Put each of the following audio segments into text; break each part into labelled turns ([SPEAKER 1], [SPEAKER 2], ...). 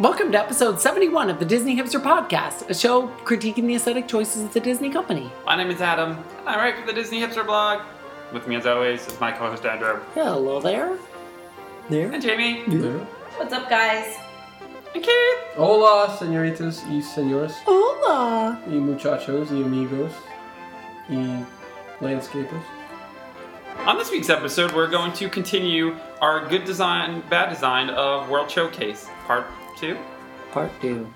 [SPEAKER 1] Welcome to episode 71 of the Disney Hipster Podcast, a show critiquing the aesthetic choices of the Disney company.
[SPEAKER 2] My name is Adam, and I write for the Disney Hipster blog. With me, as always, is my co host Andrew.
[SPEAKER 1] Hello there. There.
[SPEAKER 2] And Jamie.
[SPEAKER 3] What's up, guys?
[SPEAKER 2] And Keith.
[SPEAKER 4] Hola, señoritas y señores,
[SPEAKER 1] Hola.
[SPEAKER 4] y muchachos y amigos, y landscapers.
[SPEAKER 2] On this week's episode, we're going to continue our good design, bad design of World Showcase, part two.
[SPEAKER 1] Part two.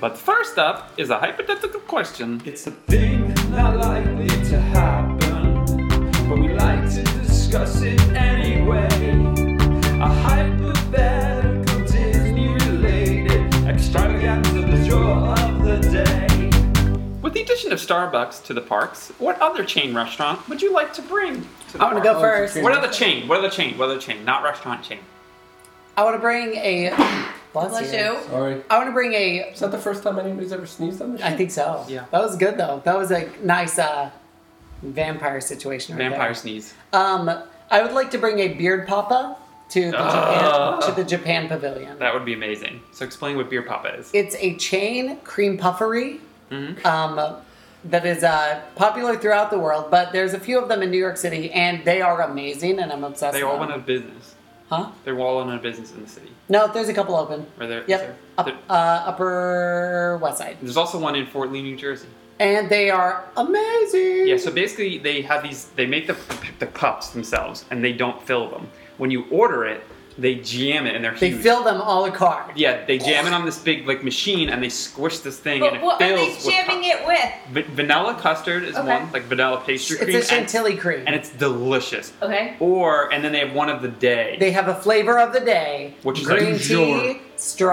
[SPEAKER 2] But first up is a hypothetical question.
[SPEAKER 5] It's a thing not likely to happen, but we like to discuss it anyway. A hypothetical Disney related extravaganza, the draw of the day.
[SPEAKER 2] With the addition of Starbucks to the parks, what other chain restaurant would you like to bring? To the
[SPEAKER 1] I want to
[SPEAKER 2] park?
[SPEAKER 1] go first.
[SPEAKER 2] What other chain? What other chain? What other chain? Not restaurant chain.
[SPEAKER 1] I want to bring a. Bless,
[SPEAKER 3] Bless
[SPEAKER 1] you.
[SPEAKER 3] you.
[SPEAKER 4] Sorry.
[SPEAKER 1] I want to bring a.
[SPEAKER 4] Is that the first time anybody's ever sneezed on this?
[SPEAKER 1] I think so.
[SPEAKER 2] Yeah.
[SPEAKER 1] That was good though. That was a nice uh, vampire situation. Right
[SPEAKER 2] Vampire sneeze.
[SPEAKER 1] There. Um, I would like to bring a beard papa to the, Japan,
[SPEAKER 2] Ugh.
[SPEAKER 1] to the Japan pavilion.
[SPEAKER 2] That would be amazing. So explain what beer papa is.
[SPEAKER 1] It's a chain cream puffery
[SPEAKER 2] Mm-hmm.
[SPEAKER 1] um, that is uh, popular throughout the world, but there's a few of them in New York City, and they are amazing, and I'm obsessed.
[SPEAKER 2] They
[SPEAKER 1] with
[SPEAKER 2] all
[SPEAKER 1] them.
[SPEAKER 2] went out of business.
[SPEAKER 1] huh?
[SPEAKER 2] They're all went out of business in the city.
[SPEAKER 1] No, there's a couple open.
[SPEAKER 2] Or they're,
[SPEAKER 1] Yep,
[SPEAKER 2] they're-
[SPEAKER 1] up,
[SPEAKER 2] they're-
[SPEAKER 1] uh, Upper West Side,
[SPEAKER 2] There's also one in Fort Lee, New Jersey.
[SPEAKER 1] and they are amazing.
[SPEAKER 2] Yeah, so basically they have these, they make the, the cups themselves and they don't fill them. When you order it, they jam it and they're
[SPEAKER 1] they
[SPEAKER 2] huge.
[SPEAKER 1] fill them all a card.
[SPEAKER 2] yeah, they jam it on this big like machine and they squish this thing
[SPEAKER 3] But
[SPEAKER 2] and it
[SPEAKER 3] what are
[SPEAKER 2] fills
[SPEAKER 3] they
[SPEAKER 2] with
[SPEAKER 3] jamming
[SPEAKER 2] cups.
[SPEAKER 3] it with?
[SPEAKER 2] Va- vanilla custard is
[SPEAKER 3] Okay.
[SPEAKER 2] one, like vanilla pastry
[SPEAKER 1] It's
[SPEAKER 2] cream.
[SPEAKER 1] a chantilly cream.
[SPEAKER 2] And, and it's delicious.
[SPEAKER 3] Okay.
[SPEAKER 2] Or, and then they have one of the day.
[SPEAKER 1] They have a flavor of the day,
[SPEAKER 2] Which is
[SPEAKER 1] green
[SPEAKER 2] like
[SPEAKER 1] tea,
[SPEAKER 2] Dijon.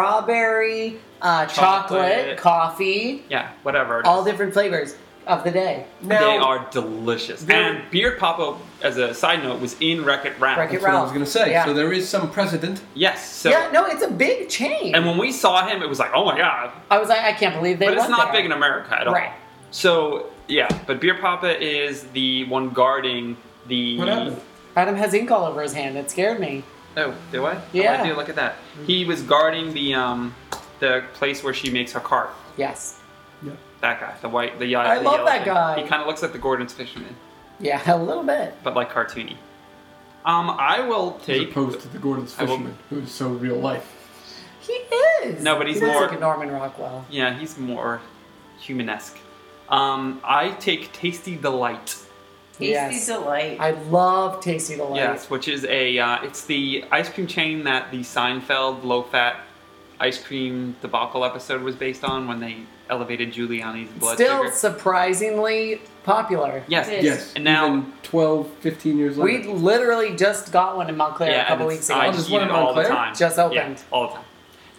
[SPEAKER 1] strawberry, uh, chocolate,
[SPEAKER 2] Chocolate.
[SPEAKER 1] coffee,
[SPEAKER 2] yeah, whatever.
[SPEAKER 1] all different flavors of the day.
[SPEAKER 2] they
[SPEAKER 4] Now-
[SPEAKER 2] are delicious.
[SPEAKER 4] They're-
[SPEAKER 2] And Beard Papa, as a side note, was in Wreck It Ralph.
[SPEAKER 1] Wreck-It
[SPEAKER 4] That's what I was
[SPEAKER 1] Ralph.
[SPEAKER 4] gonna say.
[SPEAKER 1] Yeah.
[SPEAKER 4] So there is some precedent.
[SPEAKER 2] Yes. So,
[SPEAKER 1] yeah, no, it's a big chain.
[SPEAKER 2] And when we saw him, it was like, oh my god.
[SPEAKER 1] I was like, I can't believe they.
[SPEAKER 2] But it's
[SPEAKER 1] went
[SPEAKER 2] not
[SPEAKER 1] there.
[SPEAKER 2] big in America at all.
[SPEAKER 1] Right.
[SPEAKER 2] So yeah, but Beer Papa is the one guarding the.
[SPEAKER 4] What happened?
[SPEAKER 1] Adam has ink all over his hand. It scared me.
[SPEAKER 2] Oh, do I?
[SPEAKER 1] Yeah. Mm-hmm.
[SPEAKER 2] Oh, I do. Look at that. He was guarding the um, the place where she makes her cart.
[SPEAKER 1] Yes.
[SPEAKER 4] Yeah.
[SPEAKER 2] That guy, the white, the yellow.
[SPEAKER 1] I
[SPEAKER 2] the
[SPEAKER 1] love
[SPEAKER 2] yellow
[SPEAKER 1] that
[SPEAKER 2] thing.
[SPEAKER 1] guy.
[SPEAKER 2] He kind of looks like the Gordon's fisherman,
[SPEAKER 1] Yeah, a little bit.
[SPEAKER 2] but like cartoony. Um, I will
[SPEAKER 4] As
[SPEAKER 2] take.
[SPEAKER 4] opposed to the Gordon's
[SPEAKER 2] I will-
[SPEAKER 4] fisherman, who is so real life.
[SPEAKER 1] He is.
[SPEAKER 2] No, but he's
[SPEAKER 1] he looks
[SPEAKER 2] more-
[SPEAKER 1] like a Norman Rockwell.
[SPEAKER 2] Yeah, he's more humanesque. Um, I take Tasty Delight.
[SPEAKER 3] Tasty
[SPEAKER 1] Yes.
[SPEAKER 3] delight.
[SPEAKER 1] I love Tasty Delight.
[SPEAKER 2] Yes, which is a uh, it's the ice cream chain that the Seinfeld low-fat ice cream debacle episode was based on when they elevated Giuliani's blood
[SPEAKER 1] Still
[SPEAKER 2] sugar.
[SPEAKER 1] surprisingly popular.
[SPEAKER 2] Yes,
[SPEAKER 3] Yes.
[SPEAKER 4] Yes.
[SPEAKER 2] And now-
[SPEAKER 4] even 12, 15 years
[SPEAKER 1] We
[SPEAKER 4] later.
[SPEAKER 1] literally just got one in Montclair
[SPEAKER 2] yeah,
[SPEAKER 1] a couple
[SPEAKER 2] and
[SPEAKER 1] weeks ago.
[SPEAKER 2] it's- I
[SPEAKER 4] Oh,
[SPEAKER 2] just
[SPEAKER 4] there's
[SPEAKER 2] eat
[SPEAKER 4] one
[SPEAKER 2] it
[SPEAKER 4] in
[SPEAKER 2] all the
[SPEAKER 4] Montclair?
[SPEAKER 2] time.
[SPEAKER 1] Just opened.
[SPEAKER 2] yeah, all the time.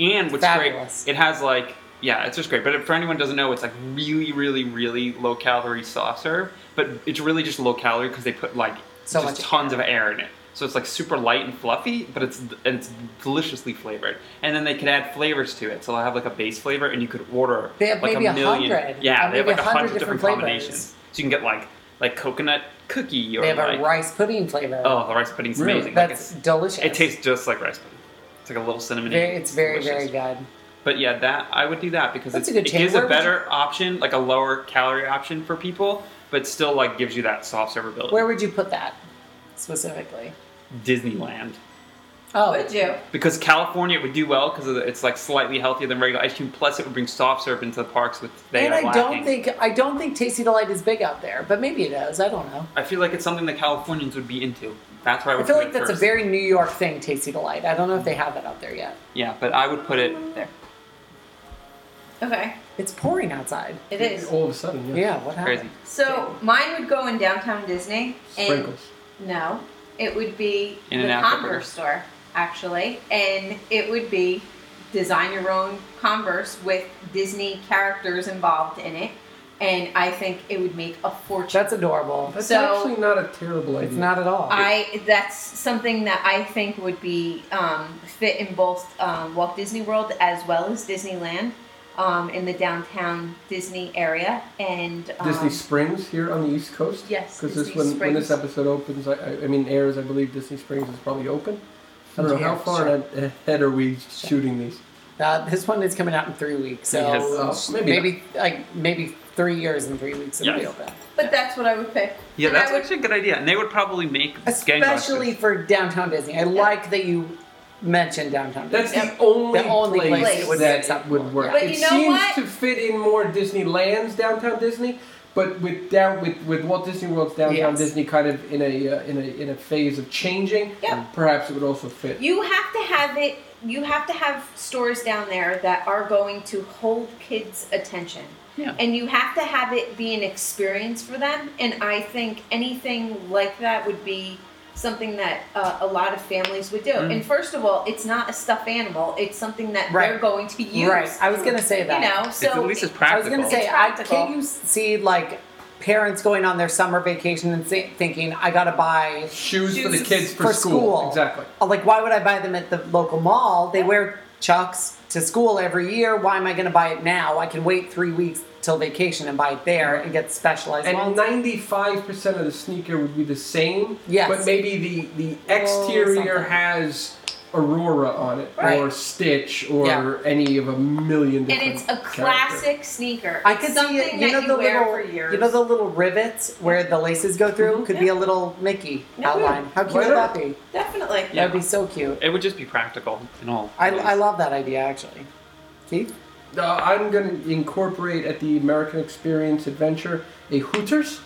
[SPEAKER 2] And what's
[SPEAKER 1] Fabulous.
[SPEAKER 2] great, it has like yeah, it's just great. But if, for anyone who doesn't know, it's like really, really, really low calorie soft serve, but it's really just low calorie because they put like
[SPEAKER 1] So
[SPEAKER 2] just
[SPEAKER 1] much
[SPEAKER 2] tons of air in it. So it's like super light and fluffy, but it's and it's deliciously flavored. And then they could add flavors to it. So they'll have like a base flavor, and you could order
[SPEAKER 1] They have
[SPEAKER 2] like
[SPEAKER 1] maybe
[SPEAKER 2] a
[SPEAKER 1] a
[SPEAKER 2] million.
[SPEAKER 1] hundred,
[SPEAKER 2] yeah,
[SPEAKER 1] or
[SPEAKER 2] they have
[SPEAKER 1] maybe
[SPEAKER 2] like
[SPEAKER 1] a
[SPEAKER 2] a
[SPEAKER 1] hundred
[SPEAKER 2] hundred
[SPEAKER 1] different
[SPEAKER 2] different,
[SPEAKER 1] flavors.
[SPEAKER 2] combinations. So you can get like like coconut cookie or
[SPEAKER 1] They have
[SPEAKER 2] like
[SPEAKER 1] a rice pudding flavor.
[SPEAKER 2] oh the rice pudding's
[SPEAKER 4] Really?
[SPEAKER 2] amazing. Like,
[SPEAKER 1] that's
[SPEAKER 2] it's-
[SPEAKER 1] delicious.
[SPEAKER 2] it tastes just like rice pudding. It's like a little cinnamon.
[SPEAKER 1] Very, it's very, very good.
[SPEAKER 2] But yeah, that I would do that because
[SPEAKER 1] That's
[SPEAKER 2] it's,
[SPEAKER 1] a good
[SPEAKER 2] it
[SPEAKER 1] chain.
[SPEAKER 2] gives
[SPEAKER 1] Where
[SPEAKER 2] a
[SPEAKER 1] would you-
[SPEAKER 2] better option, like a lower calorie option for people, but still like gives you that soft servability.
[SPEAKER 1] Where would you put that specifically?
[SPEAKER 2] Disneyland.
[SPEAKER 1] Oh,
[SPEAKER 3] Would you?
[SPEAKER 2] Because California would do well because it's like slightly healthier than regular ice cream. Plus, it would bring soft serve into the parks, which they
[SPEAKER 1] and
[SPEAKER 2] are
[SPEAKER 1] I don't
[SPEAKER 2] lacking.
[SPEAKER 1] think I don't think Tasty Delight is big out there, but maybe it is. I don't know.
[SPEAKER 2] I feel like it's something the Californians would be into. That's why I
[SPEAKER 1] I
[SPEAKER 2] would.
[SPEAKER 1] feel
[SPEAKER 2] put
[SPEAKER 1] like
[SPEAKER 2] it
[SPEAKER 1] that's a
[SPEAKER 2] first.
[SPEAKER 1] very New York thing, Tasty Delight. I don't know if they have that out there yet.
[SPEAKER 2] yeah, but I would put it there.
[SPEAKER 3] Okay.
[SPEAKER 1] It's pouring outside.
[SPEAKER 3] It is.
[SPEAKER 4] All of a sudden, yeah.
[SPEAKER 1] Yeah, what happened?
[SPEAKER 2] Crazy.
[SPEAKER 3] So mine would go in downtown Disney. And
[SPEAKER 4] Sprinkles.
[SPEAKER 3] No, it would be
[SPEAKER 2] In
[SPEAKER 3] the
[SPEAKER 2] and out the
[SPEAKER 3] Converse store actually, and it would be design your own Converse with Disney characters involved in it, and I think it would make a fortune.
[SPEAKER 1] That's adorable.
[SPEAKER 4] That's
[SPEAKER 3] So-
[SPEAKER 4] actually not a terrible idea.
[SPEAKER 1] It's not at all.
[SPEAKER 3] I that's something that I think would be um, fit in both um, Walt Disney World as well as Disneyland. um, in the downtown Disney area, and um,
[SPEAKER 4] Disney Springs here on the East Coast.
[SPEAKER 3] Yes,
[SPEAKER 4] Because this
[SPEAKER 3] Disney
[SPEAKER 4] when, when this
[SPEAKER 3] Springs.
[SPEAKER 4] episode opens, I, I, I mean airs, I believe Disney Springs is probably open. I don't know how
[SPEAKER 1] Yeah,
[SPEAKER 4] far
[SPEAKER 1] sure.
[SPEAKER 4] ahead- ahead are we shooting these.
[SPEAKER 1] Uh, this one is coming out in three weeks, so
[SPEAKER 2] Yes.
[SPEAKER 4] Oh, maybe
[SPEAKER 1] maybe, like maybe three years and three weeks it'll be
[SPEAKER 2] Yes.
[SPEAKER 1] open.
[SPEAKER 3] but that's what I would pick.
[SPEAKER 2] Yeah,
[SPEAKER 3] And I
[SPEAKER 2] that's
[SPEAKER 3] would-
[SPEAKER 2] actually a good idea. And they would probably make
[SPEAKER 1] Especially
[SPEAKER 2] gangbusters.
[SPEAKER 1] for downtown Disney. I like that you mentioned downtown.
[SPEAKER 4] That's
[SPEAKER 1] Disney.
[SPEAKER 4] the only,
[SPEAKER 1] The only
[SPEAKER 4] place,
[SPEAKER 3] place it would
[SPEAKER 1] be
[SPEAKER 4] that it
[SPEAKER 1] acceptable.
[SPEAKER 4] would work.
[SPEAKER 3] But
[SPEAKER 4] it
[SPEAKER 3] you know
[SPEAKER 4] seems
[SPEAKER 3] what?
[SPEAKER 4] to fit in more Disneyland's downtown Disney, but with down with, with Walt Disney World's downtown
[SPEAKER 1] Yes.
[SPEAKER 4] Disney kind of in a uh, in a in a phase of changing.
[SPEAKER 3] Yep.
[SPEAKER 4] Perhaps it would also fit.
[SPEAKER 3] You have to have it. You have to have stores down there that are going to hold kids' attention.
[SPEAKER 1] Yeah.
[SPEAKER 3] And you have to have it be an experience for them. And I think anything like that would be something that uh, a lot of families would do. And first of all, it's not a stuffed animal. It's something that they're
[SPEAKER 1] Mm-hmm. Right.
[SPEAKER 3] going to use.
[SPEAKER 1] Right. I was gonna say that.
[SPEAKER 3] You know,
[SPEAKER 2] It's
[SPEAKER 3] so
[SPEAKER 2] at least as
[SPEAKER 1] I was
[SPEAKER 2] practical.
[SPEAKER 1] gonna say,
[SPEAKER 3] It's
[SPEAKER 1] I,
[SPEAKER 3] practical.
[SPEAKER 1] can't you see like parents going on their summer vacation and say, thinking, I gotta buy
[SPEAKER 4] Shoes, for the
[SPEAKER 3] Shoes
[SPEAKER 4] kids for,
[SPEAKER 1] for school.
[SPEAKER 4] Exactly.
[SPEAKER 1] Uh, like why would I buy them at the local mall? They wear Chucks to school every year. Why am I going to buy it now? I can wait three weeks till vacation and buy it there and get specialized.
[SPEAKER 4] And
[SPEAKER 1] ones.
[SPEAKER 4] ninety-five percent of the sneaker would be the same.
[SPEAKER 1] Yes.
[SPEAKER 4] But maybe the the
[SPEAKER 1] Little
[SPEAKER 4] exterior
[SPEAKER 1] something.
[SPEAKER 4] has Aurora on it, or
[SPEAKER 1] Right.
[SPEAKER 4] Stitch, or
[SPEAKER 1] Yeah.
[SPEAKER 4] any of a million
[SPEAKER 3] And
[SPEAKER 4] different.
[SPEAKER 3] it's a
[SPEAKER 4] characters.
[SPEAKER 3] classic sneaker.
[SPEAKER 1] I could
[SPEAKER 3] something
[SPEAKER 1] see it. You know
[SPEAKER 3] that
[SPEAKER 1] the
[SPEAKER 3] you wear
[SPEAKER 1] little,
[SPEAKER 3] for years. Mm-hmm.
[SPEAKER 1] you know the little rivets where the laces go through could be a little Mickey
[SPEAKER 3] Yeah.
[SPEAKER 1] outline. How cute
[SPEAKER 4] Why
[SPEAKER 1] would
[SPEAKER 4] not?
[SPEAKER 1] that be?
[SPEAKER 3] Definitely.
[SPEAKER 2] Yeah.
[SPEAKER 1] That'd be so cute.
[SPEAKER 2] it would just be practical and all.
[SPEAKER 1] I,
[SPEAKER 2] ways.
[SPEAKER 1] I love that idea actually. Keith,
[SPEAKER 4] Uh, I'm going to incorporate at the American Experience Adventure a Hooters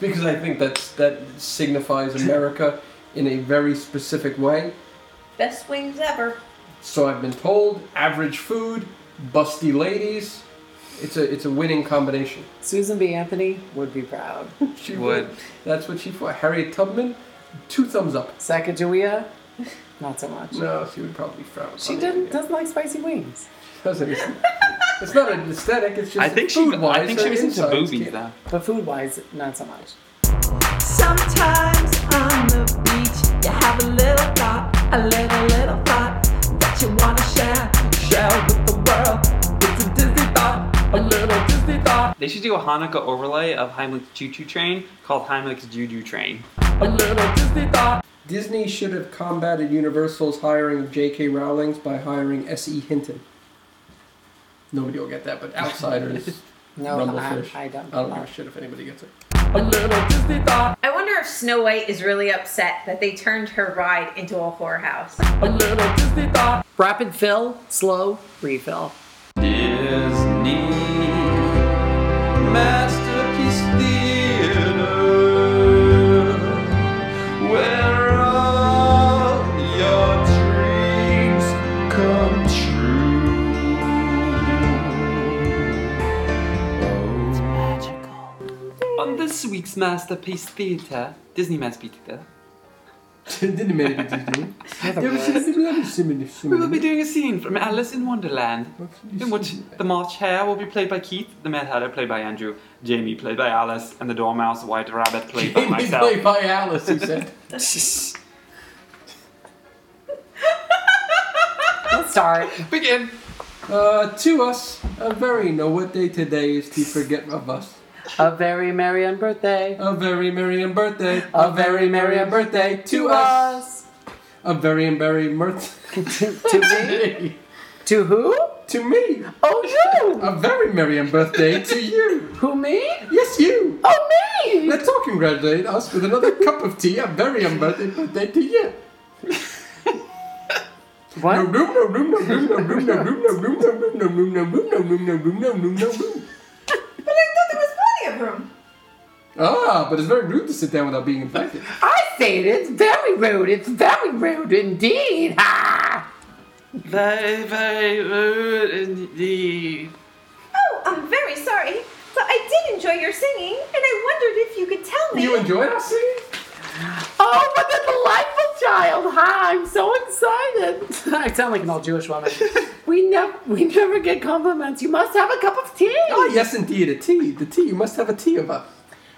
[SPEAKER 4] because I think that's that signifies America in a very specific way.
[SPEAKER 3] Best wings ever.
[SPEAKER 4] So I've been told. Average food, busty ladies. It's a it's a winning combination.
[SPEAKER 1] Susan B. Anthony would be proud.
[SPEAKER 4] She
[SPEAKER 2] Would.
[SPEAKER 4] That's what she for. Harriet Tubman, two thumbs up.
[SPEAKER 1] Sacagawea, not so much.
[SPEAKER 4] No, she would probably frown. upon
[SPEAKER 1] She
[SPEAKER 4] it.
[SPEAKER 1] didn't doesn't like spicy wings.
[SPEAKER 4] Doesn't it? It's not an aesthetic. It's just
[SPEAKER 2] I think she.
[SPEAKER 4] food
[SPEAKER 2] I think she was into boobies though.
[SPEAKER 1] But food wise, not so much.
[SPEAKER 6] Sometimes on the beach, you have a little thought, a little, little thought that you want to share. Share with the world. It's a Disney thought, a little Disney thought,
[SPEAKER 2] They should do a Hanukkah overlay of Heimlich's Choo Choo Train called Heimlich's Juju Train.
[SPEAKER 6] a little Disney thought.
[SPEAKER 4] Disney should have combated Universal's hiring of J.K. Rowling's by hiring S.E. Hinton. Nobody will get that, but outsiders.
[SPEAKER 1] No, I,
[SPEAKER 4] Rumblefish.
[SPEAKER 1] I don't.
[SPEAKER 4] I don't give a shit if anybody gets it.
[SPEAKER 6] A little Disney thought,
[SPEAKER 3] I wonder if Snow White is really upset that they turned her ride into a whorehouse.
[SPEAKER 6] a little Disney thought,
[SPEAKER 1] Rapid fill, slow refill.
[SPEAKER 5] Disney Masterpiece Theater, where all your dreams come true.
[SPEAKER 2] On this week's Masterpiece Theatre, Disney Masterpiece Theatre,
[SPEAKER 4] Didn't make it Disney.
[SPEAKER 1] the
[SPEAKER 4] There was-
[SPEAKER 1] worst.
[SPEAKER 4] there was some- some-
[SPEAKER 2] we will be doing a scene from Alice in Wonderland. In which the March Hare will be played by Keith, the Mad Hatter played by Andrew, Jamie played by Alice, and the Dormouse White Rabbit played by
[SPEAKER 4] Jamie
[SPEAKER 2] myself.
[SPEAKER 4] played by Alice, he said.
[SPEAKER 1] Let's start.
[SPEAKER 2] Begin.
[SPEAKER 4] Uh, to us, a very know what day today is to forget of us.
[SPEAKER 1] A very merry and birthday.
[SPEAKER 4] A very merry and birthday,
[SPEAKER 1] A very merry and
[SPEAKER 4] birthday
[SPEAKER 1] To us.
[SPEAKER 4] A very and merry birthday
[SPEAKER 1] to, to me? To who?
[SPEAKER 4] to me.
[SPEAKER 1] Oh,
[SPEAKER 4] A very merry and birthday to you.
[SPEAKER 1] you. Who, me?
[SPEAKER 4] Yes, you.
[SPEAKER 1] Oh, me.
[SPEAKER 4] Let's all congratulate us with another cup of tea. A very and birthday birthday to you. No
[SPEAKER 1] What?
[SPEAKER 4] room, no room, no room, no room, no room, no room, no room, no room, no room, no room, no room, no room, no room.
[SPEAKER 3] But I thought there was plenty of room.
[SPEAKER 4] Ah, but it's very rude to sit down without being invited.
[SPEAKER 1] I say it. It's very rude. It's very rude indeed. Ah!
[SPEAKER 2] Very, very rude indeed.
[SPEAKER 3] Oh, I'm very sorry, but I did enjoy your singing, and I wondered if you could tell me.
[SPEAKER 4] You enjoyed us singing?
[SPEAKER 1] Oh, what a delightful child. Hi, I'm so excited. I sound like an old Jewish woman. we, never, we never get compliments. You must have a cup of tea.
[SPEAKER 4] Ah, yes, indeed, a tea. The tea. You must have a tea of us.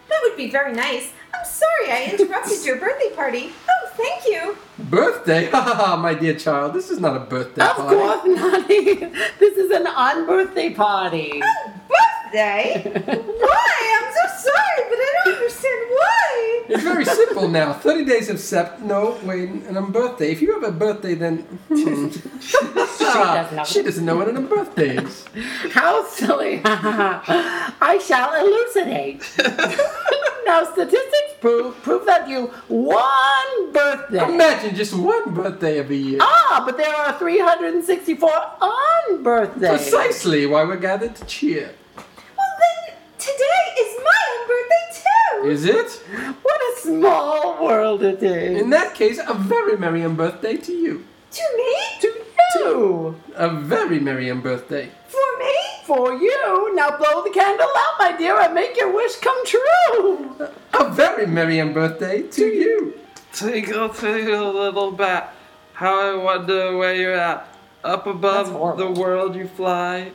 [SPEAKER 3] that would be very nice. I'm sorry I interrupted your birthday party. Oh, thank you.
[SPEAKER 4] Birthday? Ha ha ha, my dear child. This is not a birthday
[SPEAKER 1] Of
[SPEAKER 4] party.
[SPEAKER 1] course, Nani. This is an on birthday party.
[SPEAKER 3] Birthday? why? I'm so sorry, but I don't understand why.
[SPEAKER 4] It's very simple now. 30 days of sept. No, wait, and I'm birthday. If you have a birthday, then. Hmm.
[SPEAKER 1] doesn't know.
[SPEAKER 4] she doesn't know when a birthday is.
[SPEAKER 1] How silly. I shall elucidate. now, statistics prove, prove that you one birthday.
[SPEAKER 4] Imagine just one birthday every year.
[SPEAKER 1] Ah, but there are 364 on birthdays.
[SPEAKER 4] Precisely why we're gathered to cheer.
[SPEAKER 3] Well, then today is my own birthday too.
[SPEAKER 4] Is it?
[SPEAKER 1] What a small world it is.
[SPEAKER 4] In that case, a very merry um, birthday to you.
[SPEAKER 3] to me?
[SPEAKER 1] to you.
[SPEAKER 4] A very merry um, birthday.
[SPEAKER 3] For me?
[SPEAKER 1] For you. Now blow the candle out, my dear, and make your wish come true.
[SPEAKER 4] A very merry um, birthday to you.
[SPEAKER 5] Tinkle, tinkle, little bat. How I wonder where you're at. Up
[SPEAKER 1] That's
[SPEAKER 5] above the
[SPEAKER 1] horrible.
[SPEAKER 5] world you fly,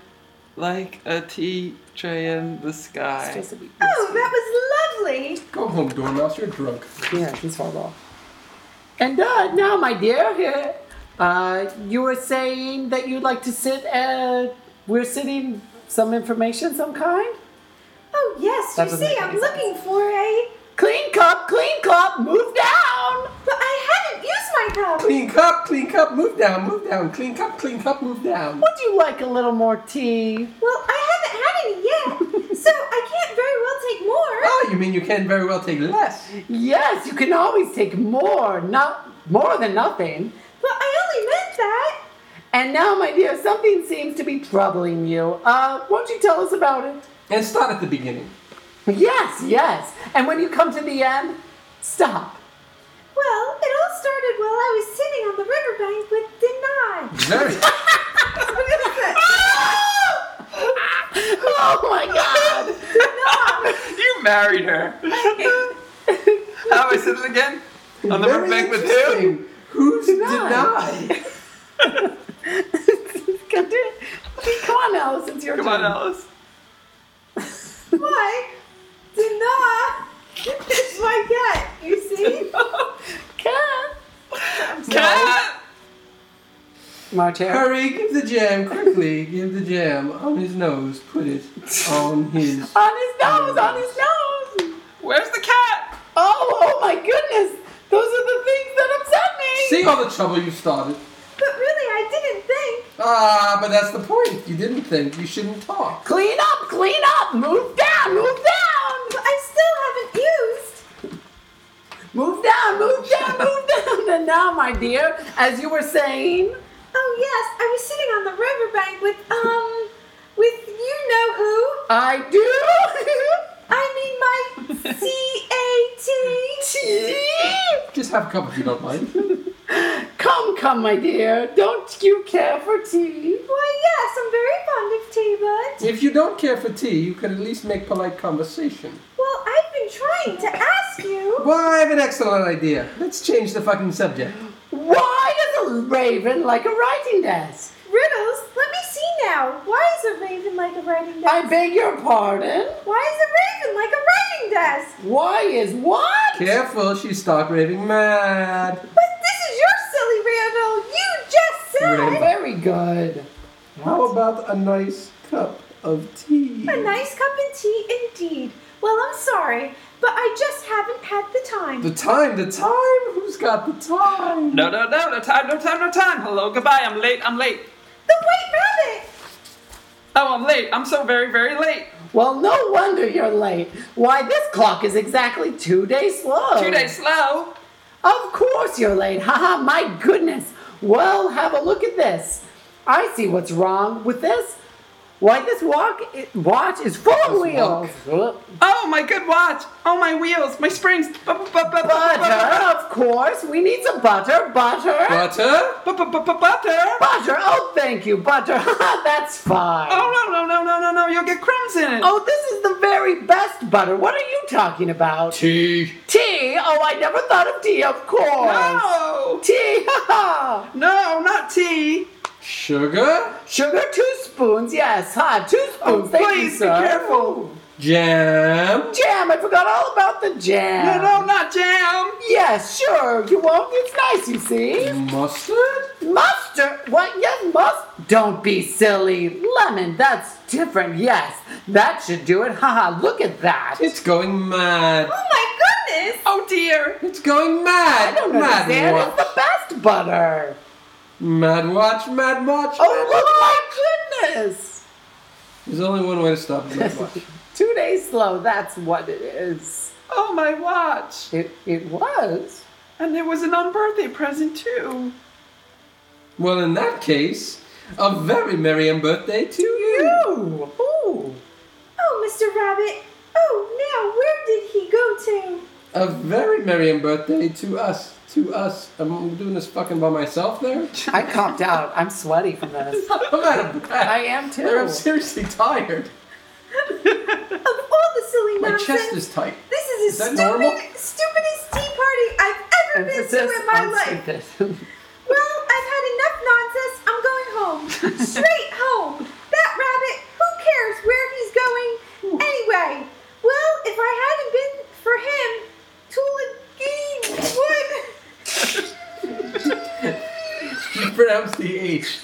[SPEAKER 5] like a tea tray in the sky.
[SPEAKER 3] Oh, that was lovely.
[SPEAKER 4] Go home, Dormouse. You're drunk.
[SPEAKER 1] Yeah, he's horrible. And uh, now, my dear, here, uh, you were saying that you'd like to sit at. We're sitting some information, some kind?
[SPEAKER 3] Oh yes,
[SPEAKER 1] That
[SPEAKER 3] you
[SPEAKER 1] doesn't
[SPEAKER 3] see,
[SPEAKER 1] make
[SPEAKER 3] I'm
[SPEAKER 1] any sense.
[SPEAKER 3] looking for a.
[SPEAKER 1] Clean cup, clean cup, move down!
[SPEAKER 3] But I haven't used my cup.
[SPEAKER 4] Clean cup, clean cup, move down, move down. Clean cup, clean cup, move down.
[SPEAKER 1] Would you like a little more tea?
[SPEAKER 3] Well, I haven't had any yet, so I can't very well take more.
[SPEAKER 4] Oh, you mean you can very well take less?
[SPEAKER 1] Yes, you can always take more, not more than nothing.
[SPEAKER 3] But I only meant that.
[SPEAKER 1] And now, my dear, something seems to be troubling you. Uh, won't you tell us about it?
[SPEAKER 4] And start at the beginning.
[SPEAKER 1] Yes, yes. And when you come to the end, stop.
[SPEAKER 3] Well, it all started while I was sitting on the riverbank with Denai.
[SPEAKER 4] Very.
[SPEAKER 1] Oh my god!
[SPEAKER 2] You married her. How is it again? On the
[SPEAKER 4] Very
[SPEAKER 2] riverbank with who?
[SPEAKER 4] interesting. Who's
[SPEAKER 1] Denied.
[SPEAKER 4] denied?
[SPEAKER 1] Come on, Alice, it's your
[SPEAKER 2] Come on,
[SPEAKER 1] turn.
[SPEAKER 2] Alice.
[SPEAKER 3] Why? Denai is my cat, you see?
[SPEAKER 1] Cat.
[SPEAKER 2] Cat!
[SPEAKER 1] March Hare.
[SPEAKER 4] Hurry, give the jam quickly. Give the jam on his nose. Put it on his.
[SPEAKER 1] On his nose, on his nose!
[SPEAKER 2] Where's the cat?
[SPEAKER 1] Oh, oh my goodness! Those are the things that upset me!
[SPEAKER 4] See all the trouble you started.
[SPEAKER 3] But really, I didn't think.
[SPEAKER 4] Ah, but that's the point. You didn't think you shouldn't talk.
[SPEAKER 1] Clean up, clean up! Move down, move down!
[SPEAKER 3] But I still haven't used.
[SPEAKER 1] Move down, move down, move down! And now, my dear, as you were saying,
[SPEAKER 3] Oh yes, I was sitting on the riverbank with um, with you know who.
[SPEAKER 1] I do.
[SPEAKER 3] I mean my C A T.
[SPEAKER 4] Just have a cup if you don't mind.
[SPEAKER 1] come, come, my dear. Don't you care for tea?
[SPEAKER 3] Why yes, I'm very fond of tea, bud.
[SPEAKER 4] if you don't care for tea, you can at least make polite conversation.
[SPEAKER 3] Well, I've been trying to ask you.
[SPEAKER 4] Well, I have an excellent idea. Let's change the fucking subject.
[SPEAKER 1] Why is a raven like a writing desk?
[SPEAKER 3] Riddles. Let me see now. Why is a raven like a writing desk?
[SPEAKER 1] I beg your pardon.
[SPEAKER 3] Why is a raven like a writing desk?
[SPEAKER 1] Why is what?
[SPEAKER 4] Careful, she's start raving mad.
[SPEAKER 3] But this is your silly riddle. You just said
[SPEAKER 1] Very good.
[SPEAKER 4] How about a nice cup of tea?
[SPEAKER 3] a nice cup of tea indeed. Well, I'm sorry, but I just haven't had the time.
[SPEAKER 4] The time, the time? Who's got the time?
[SPEAKER 2] No, no, no, no time, no time, no time. Hello, goodbye. I'm late, I'm late.
[SPEAKER 3] the white rabbit.
[SPEAKER 2] Oh, I'm late. I'm so very, very late.
[SPEAKER 1] Well, no wonder you're late. Why, this clock is exactly two days slow.
[SPEAKER 2] Two days slow.
[SPEAKER 1] Of course you're late. Haha, my goodness. Well, have a look at this. I see what's wrong with this. Why, this walk i- watch is full of wheels.
[SPEAKER 2] Oh, my good watch. Oh, my wheels, my springs. Bu- bu- bu- bu- bu- bu- bu-
[SPEAKER 1] Butter, of course. We need some butter. Butter.
[SPEAKER 4] Butter?
[SPEAKER 2] bu- bu- bu- bu- Butter.
[SPEAKER 1] Butter. Oh, thank you. Butter. Haha, That's fine.
[SPEAKER 2] Oh, no, no, no, no, no, no. You'll get crumbs in it.
[SPEAKER 1] Oh, this is the very best butter. What are you talking about?
[SPEAKER 4] Tea.
[SPEAKER 1] Tea? Oh, I never thought of tea, of course.
[SPEAKER 2] no.
[SPEAKER 1] Tea, haha.
[SPEAKER 2] No, not tea.
[SPEAKER 4] Sugar?
[SPEAKER 1] Sugar, two spoons. Yes, ha, two spoons. Thank you,
[SPEAKER 2] Please be
[SPEAKER 1] sir.
[SPEAKER 2] careful.
[SPEAKER 4] Jam.
[SPEAKER 1] Jam! I forgot all about the jam.
[SPEAKER 2] No, no, not jam.
[SPEAKER 1] Yes, sure. You won't. It's nice, you see.
[SPEAKER 4] Mustard?
[SPEAKER 1] Mustard? What? Yes, must. Don't be silly. Lemon. That's different. Yes, that should do it. Haha! Look at that.
[SPEAKER 4] It's going mad.
[SPEAKER 3] Oh my goodness!
[SPEAKER 2] Oh dear.
[SPEAKER 4] It's going
[SPEAKER 1] I
[SPEAKER 4] mad.
[SPEAKER 1] don't
[SPEAKER 4] mad
[SPEAKER 1] understand. It's
[SPEAKER 4] watch.
[SPEAKER 1] the best butter.
[SPEAKER 4] Mad watch, mad watch. mad watch.
[SPEAKER 1] Oh, look! My goodness.
[SPEAKER 4] There's only one way to stop a mad watch.
[SPEAKER 1] Two days slow. That's what it is.
[SPEAKER 2] Oh my watch.
[SPEAKER 1] It it was.
[SPEAKER 2] And there was an unbirthday present too.
[SPEAKER 4] well, in that case, a very merry and birthday to you.
[SPEAKER 1] Ooh, ooh.
[SPEAKER 3] Oh, Mr. Rabbit! Oh, now where did he go to?
[SPEAKER 4] A very merry and birthday to us. To us. I'm doing this fucking by myself there.
[SPEAKER 1] I copped out. I'm sweaty from this.
[SPEAKER 4] I'm out of breath.
[SPEAKER 1] I am too.
[SPEAKER 4] I'm seriously tired.
[SPEAKER 3] Of all the silly
[SPEAKER 4] My
[SPEAKER 3] nonsense,
[SPEAKER 4] chest is tight.
[SPEAKER 3] this is,
[SPEAKER 4] is
[SPEAKER 3] the
[SPEAKER 4] that
[SPEAKER 3] stupid,
[SPEAKER 4] normal?
[SPEAKER 3] stupidest tea party I've ever been to
[SPEAKER 1] Emphasis
[SPEAKER 3] in my
[SPEAKER 1] on
[SPEAKER 3] life.
[SPEAKER 1] stupid.
[SPEAKER 3] Well, I've had enough nonsense. I'm going home. Straight home. That rabbit, who cares where he's going anyway? Well, if I hadn't been for him, Tulagi would.
[SPEAKER 4] You pronounce the H.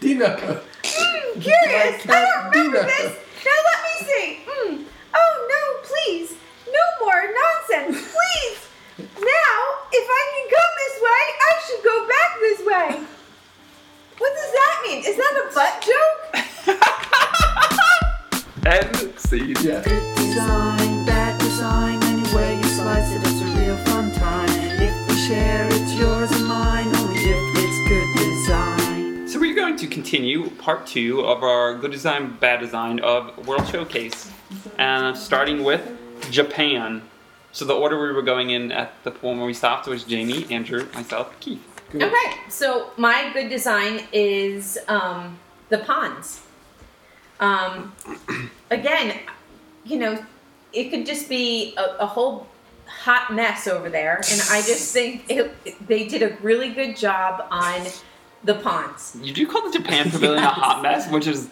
[SPEAKER 4] Dina.
[SPEAKER 3] Hmm, curious. I don't remember
[SPEAKER 4] Dina.
[SPEAKER 3] this. Now let me see. Hmm. Oh, no, please. No more nonsense, please. Now, if I can come this way, I should go back this way. What does that mean? Is that a butt joke?
[SPEAKER 2] And see.
[SPEAKER 4] Yeah.
[SPEAKER 6] Good design, bad design, any way you slice it, it's a real fun time. If we share, it's yours and mine, only if it's good design.
[SPEAKER 2] So we're going to continue part two of our good design, bad design of World Showcase, uh, starting with Japan. So the order we were going in at the point where we stopped was Jamie, Andrew, myself, Keith.
[SPEAKER 4] Good.
[SPEAKER 3] Okay, so my good design is um, the ponds. Um, again, you know, it could just be a, a whole hot mess over there, and I just think it, they did a really good job on the ponds.
[SPEAKER 2] You do call the Japan Pavilion a hot mess, which is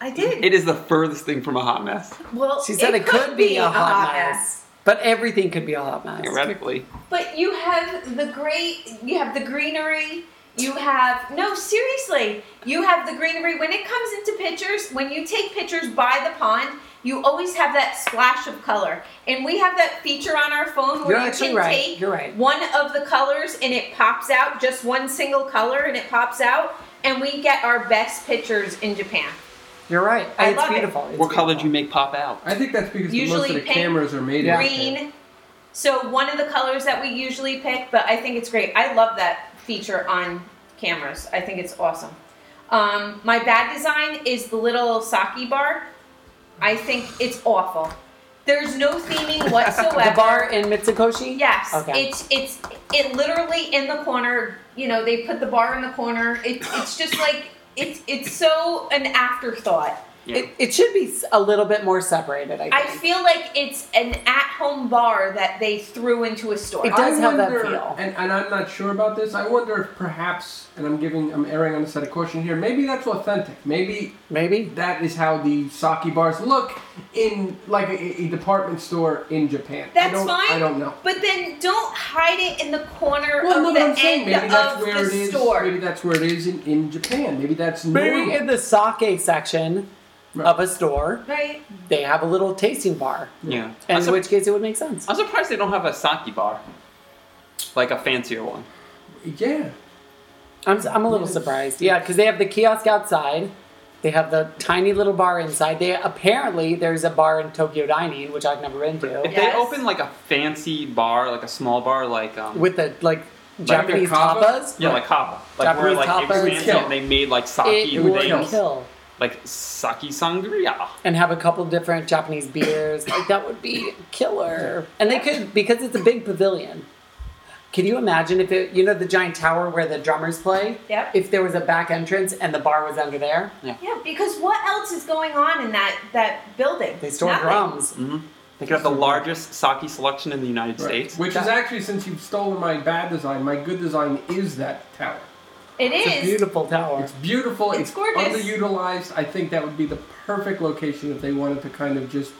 [SPEAKER 3] I did.
[SPEAKER 2] it is the furthest thing from a hot mess,
[SPEAKER 3] well,
[SPEAKER 1] She said it, could be a hot mess. But everything could be a hot mess.
[SPEAKER 2] theoretically.
[SPEAKER 3] But you have the great, you have the greenery. You have no, seriously. You have the greenery. When it comes into pictures, when you take pictures by the pond, you always have that splash of color. And we have that feature on our phone where
[SPEAKER 1] You're
[SPEAKER 3] you
[SPEAKER 1] actually
[SPEAKER 3] can
[SPEAKER 1] right.
[SPEAKER 3] take
[SPEAKER 1] You're right.
[SPEAKER 3] one of the colors and it pops out, just one single color and it pops out, and we get our best pictures in Japan.
[SPEAKER 1] You're right.
[SPEAKER 3] I
[SPEAKER 1] it's
[SPEAKER 3] love it.
[SPEAKER 1] beautiful. It's
[SPEAKER 2] What color do you
[SPEAKER 1] beautiful.
[SPEAKER 2] make pop out?
[SPEAKER 4] I think that's because
[SPEAKER 3] Usually
[SPEAKER 4] the most of the
[SPEAKER 3] pink,
[SPEAKER 4] cameras are made
[SPEAKER 1] Yeah.
[SPEAKER 4] in Japan.
[SPEAKER 3] Green. So one of the colors that we usually pick, but I think it's great. I love that feature on cameras. I think it's awesome. Um, my bad design is the little sake bar. I think it's awful. There's no theming whatsoever.
[SPEAKER 1] The bar in Mitsukoshi?
[SPEAKER 3] Yes,
[SPEAKER 1] Okay.
[SPEAKER 3] it's it's it literally in the corner. You know, they put the bar in the corner. It, it's just like it's it's so an afterthought.
[SPEAKER 1] It, it should be s- a little bit more separated, I
[SPEAKER 3] I
[SPEAKER 1] think.
[SPEAKER 3] feel like it's an at-home bar that they threw into a store.
[SPEAKER 1] It does
[SPEAKER 4] I
[SPEAKER 1] have that
[SPEAKER 4] wonder-
[SPEAKER 1] feel.
[SPEAKER 4] And, and I'm not sure about this. I wonder if perhaps, and I'm giving, I'm erring on the side of caution here. Maybe that's authentic. Maybe
[SPEAKER 1] Maybe.
[SPEAKER 4] that is how the sake bars look in like a, a department store in Japan. I
[SPEAKER 3] That's
[SPEAKER 4] don't,
[SPEAKER 3] fine.
[SPEAKER 4] I don't know.
[SPEAKER 3] But then don't hide it in the corner
[SPEAKER 4] Well, no,
[SPEAKER 3] of
[SPEAKER 4] but
[SPEAKER 3] the
[SPEAKER 4] I'm saying
[SPEAKER 3] end
[SPEAKER 4] maybe that's
[SPEAKER 3] of
[SPEAKER 4] where
[SPEAKER 3] the
[SPEAKER 4] it is.
[SPEAKER 3] store.
[SPEAKER 4] Maybe that's where it is in, in Japan. Maybe that's
[SPEAKER 1] Maybe
[SPEAKER 4] normal.
[SPEAKER 1] in the sake section
[SPEAKER 4] Right.
[SPEAKER 1] of a store,
[SPEAKER 3] Right?
[SPEAKER 1] they have a little tasting bar.
[SPEAKER 2] Yeah.
[SPEAKER 1] In
[SPEAKER 2] I'm, sur-
[SPEAKER 1] which case, it would make sense.
[SPEAKER 2] I'm surprised they don't have a sake bar, like a fancier one.
[SPEAKER 4] yeah.
[SPEAKER 1] I'm, I'm a little surprised. Yeah, because they have the kiosk outside. They have the tiny little bar inside. They apparently there's a bar in Tokyo Dining, which I've never been
[SPEAKER 2] If
[SPEAKER 1] to,
[SPEAKER 3] Yes.
[SPEAKER 2] they open like a fancy bar, like a small bar, like um,
[SPEAKER 1] with the like Japanese
[SPEAKER 4] kava?
[SPEAKER 1] tapas.
[SPEAKER 2] yeah, like Kappa, like where
[SPEAKER 1] Japanese
[SPEAKER 2] like it
[SPEAKER 1] tapas.
[SPEAKER 2] was
[SPEAKER 1] It would
[SPEAKER 2] fancy
[SPEAKER 4] kill.
[SPEAKER 2] and they made like sake,
[SPEAKER 1] it would
[SPEAKER 2] they
[SPEAKER 1] kill.
[SPEAKER 4] things.
[SPEAKER 2] like sake sangria.
[SPEAKER 1] and have a couple different Japanese beers. Like that would be killer. And they could because it's a big pavilion. Can you imagine if it, you know, the giant tower where the drummers play?
[SPEAKER 3] Yep.
[SPEAKER 1] If there was a back entrance and the bar was under there,
[SPEAKER 3] Yeah, because what else is going on in that that building?
[SPEAKER 1] they store
[SPEAKER 3] Nothing.
[SPEAKER 1] drums.
[SPEAKER 2] They could have the largest sake selection in the United
[SPEAKER 4] Right.
[SPEAKER 2] States.
[SPEAKER 4] Which is actually since you've stolen my bad design, my good design is that tower.
[SPEAKER 3] It
[SPEAKER 1] It's a
[SPEAKER 3] is.
[SPEAKER 1] beautiful tower.
[SPEAKER 4] It's beautiful.
[SPEAKER 3] It's
[SPEAKER 4] It's,
[SPEAKER 3] gorgeous.
[SPEAKER 4] underutilized. I think that would be the perfect location if they wanted to kind of just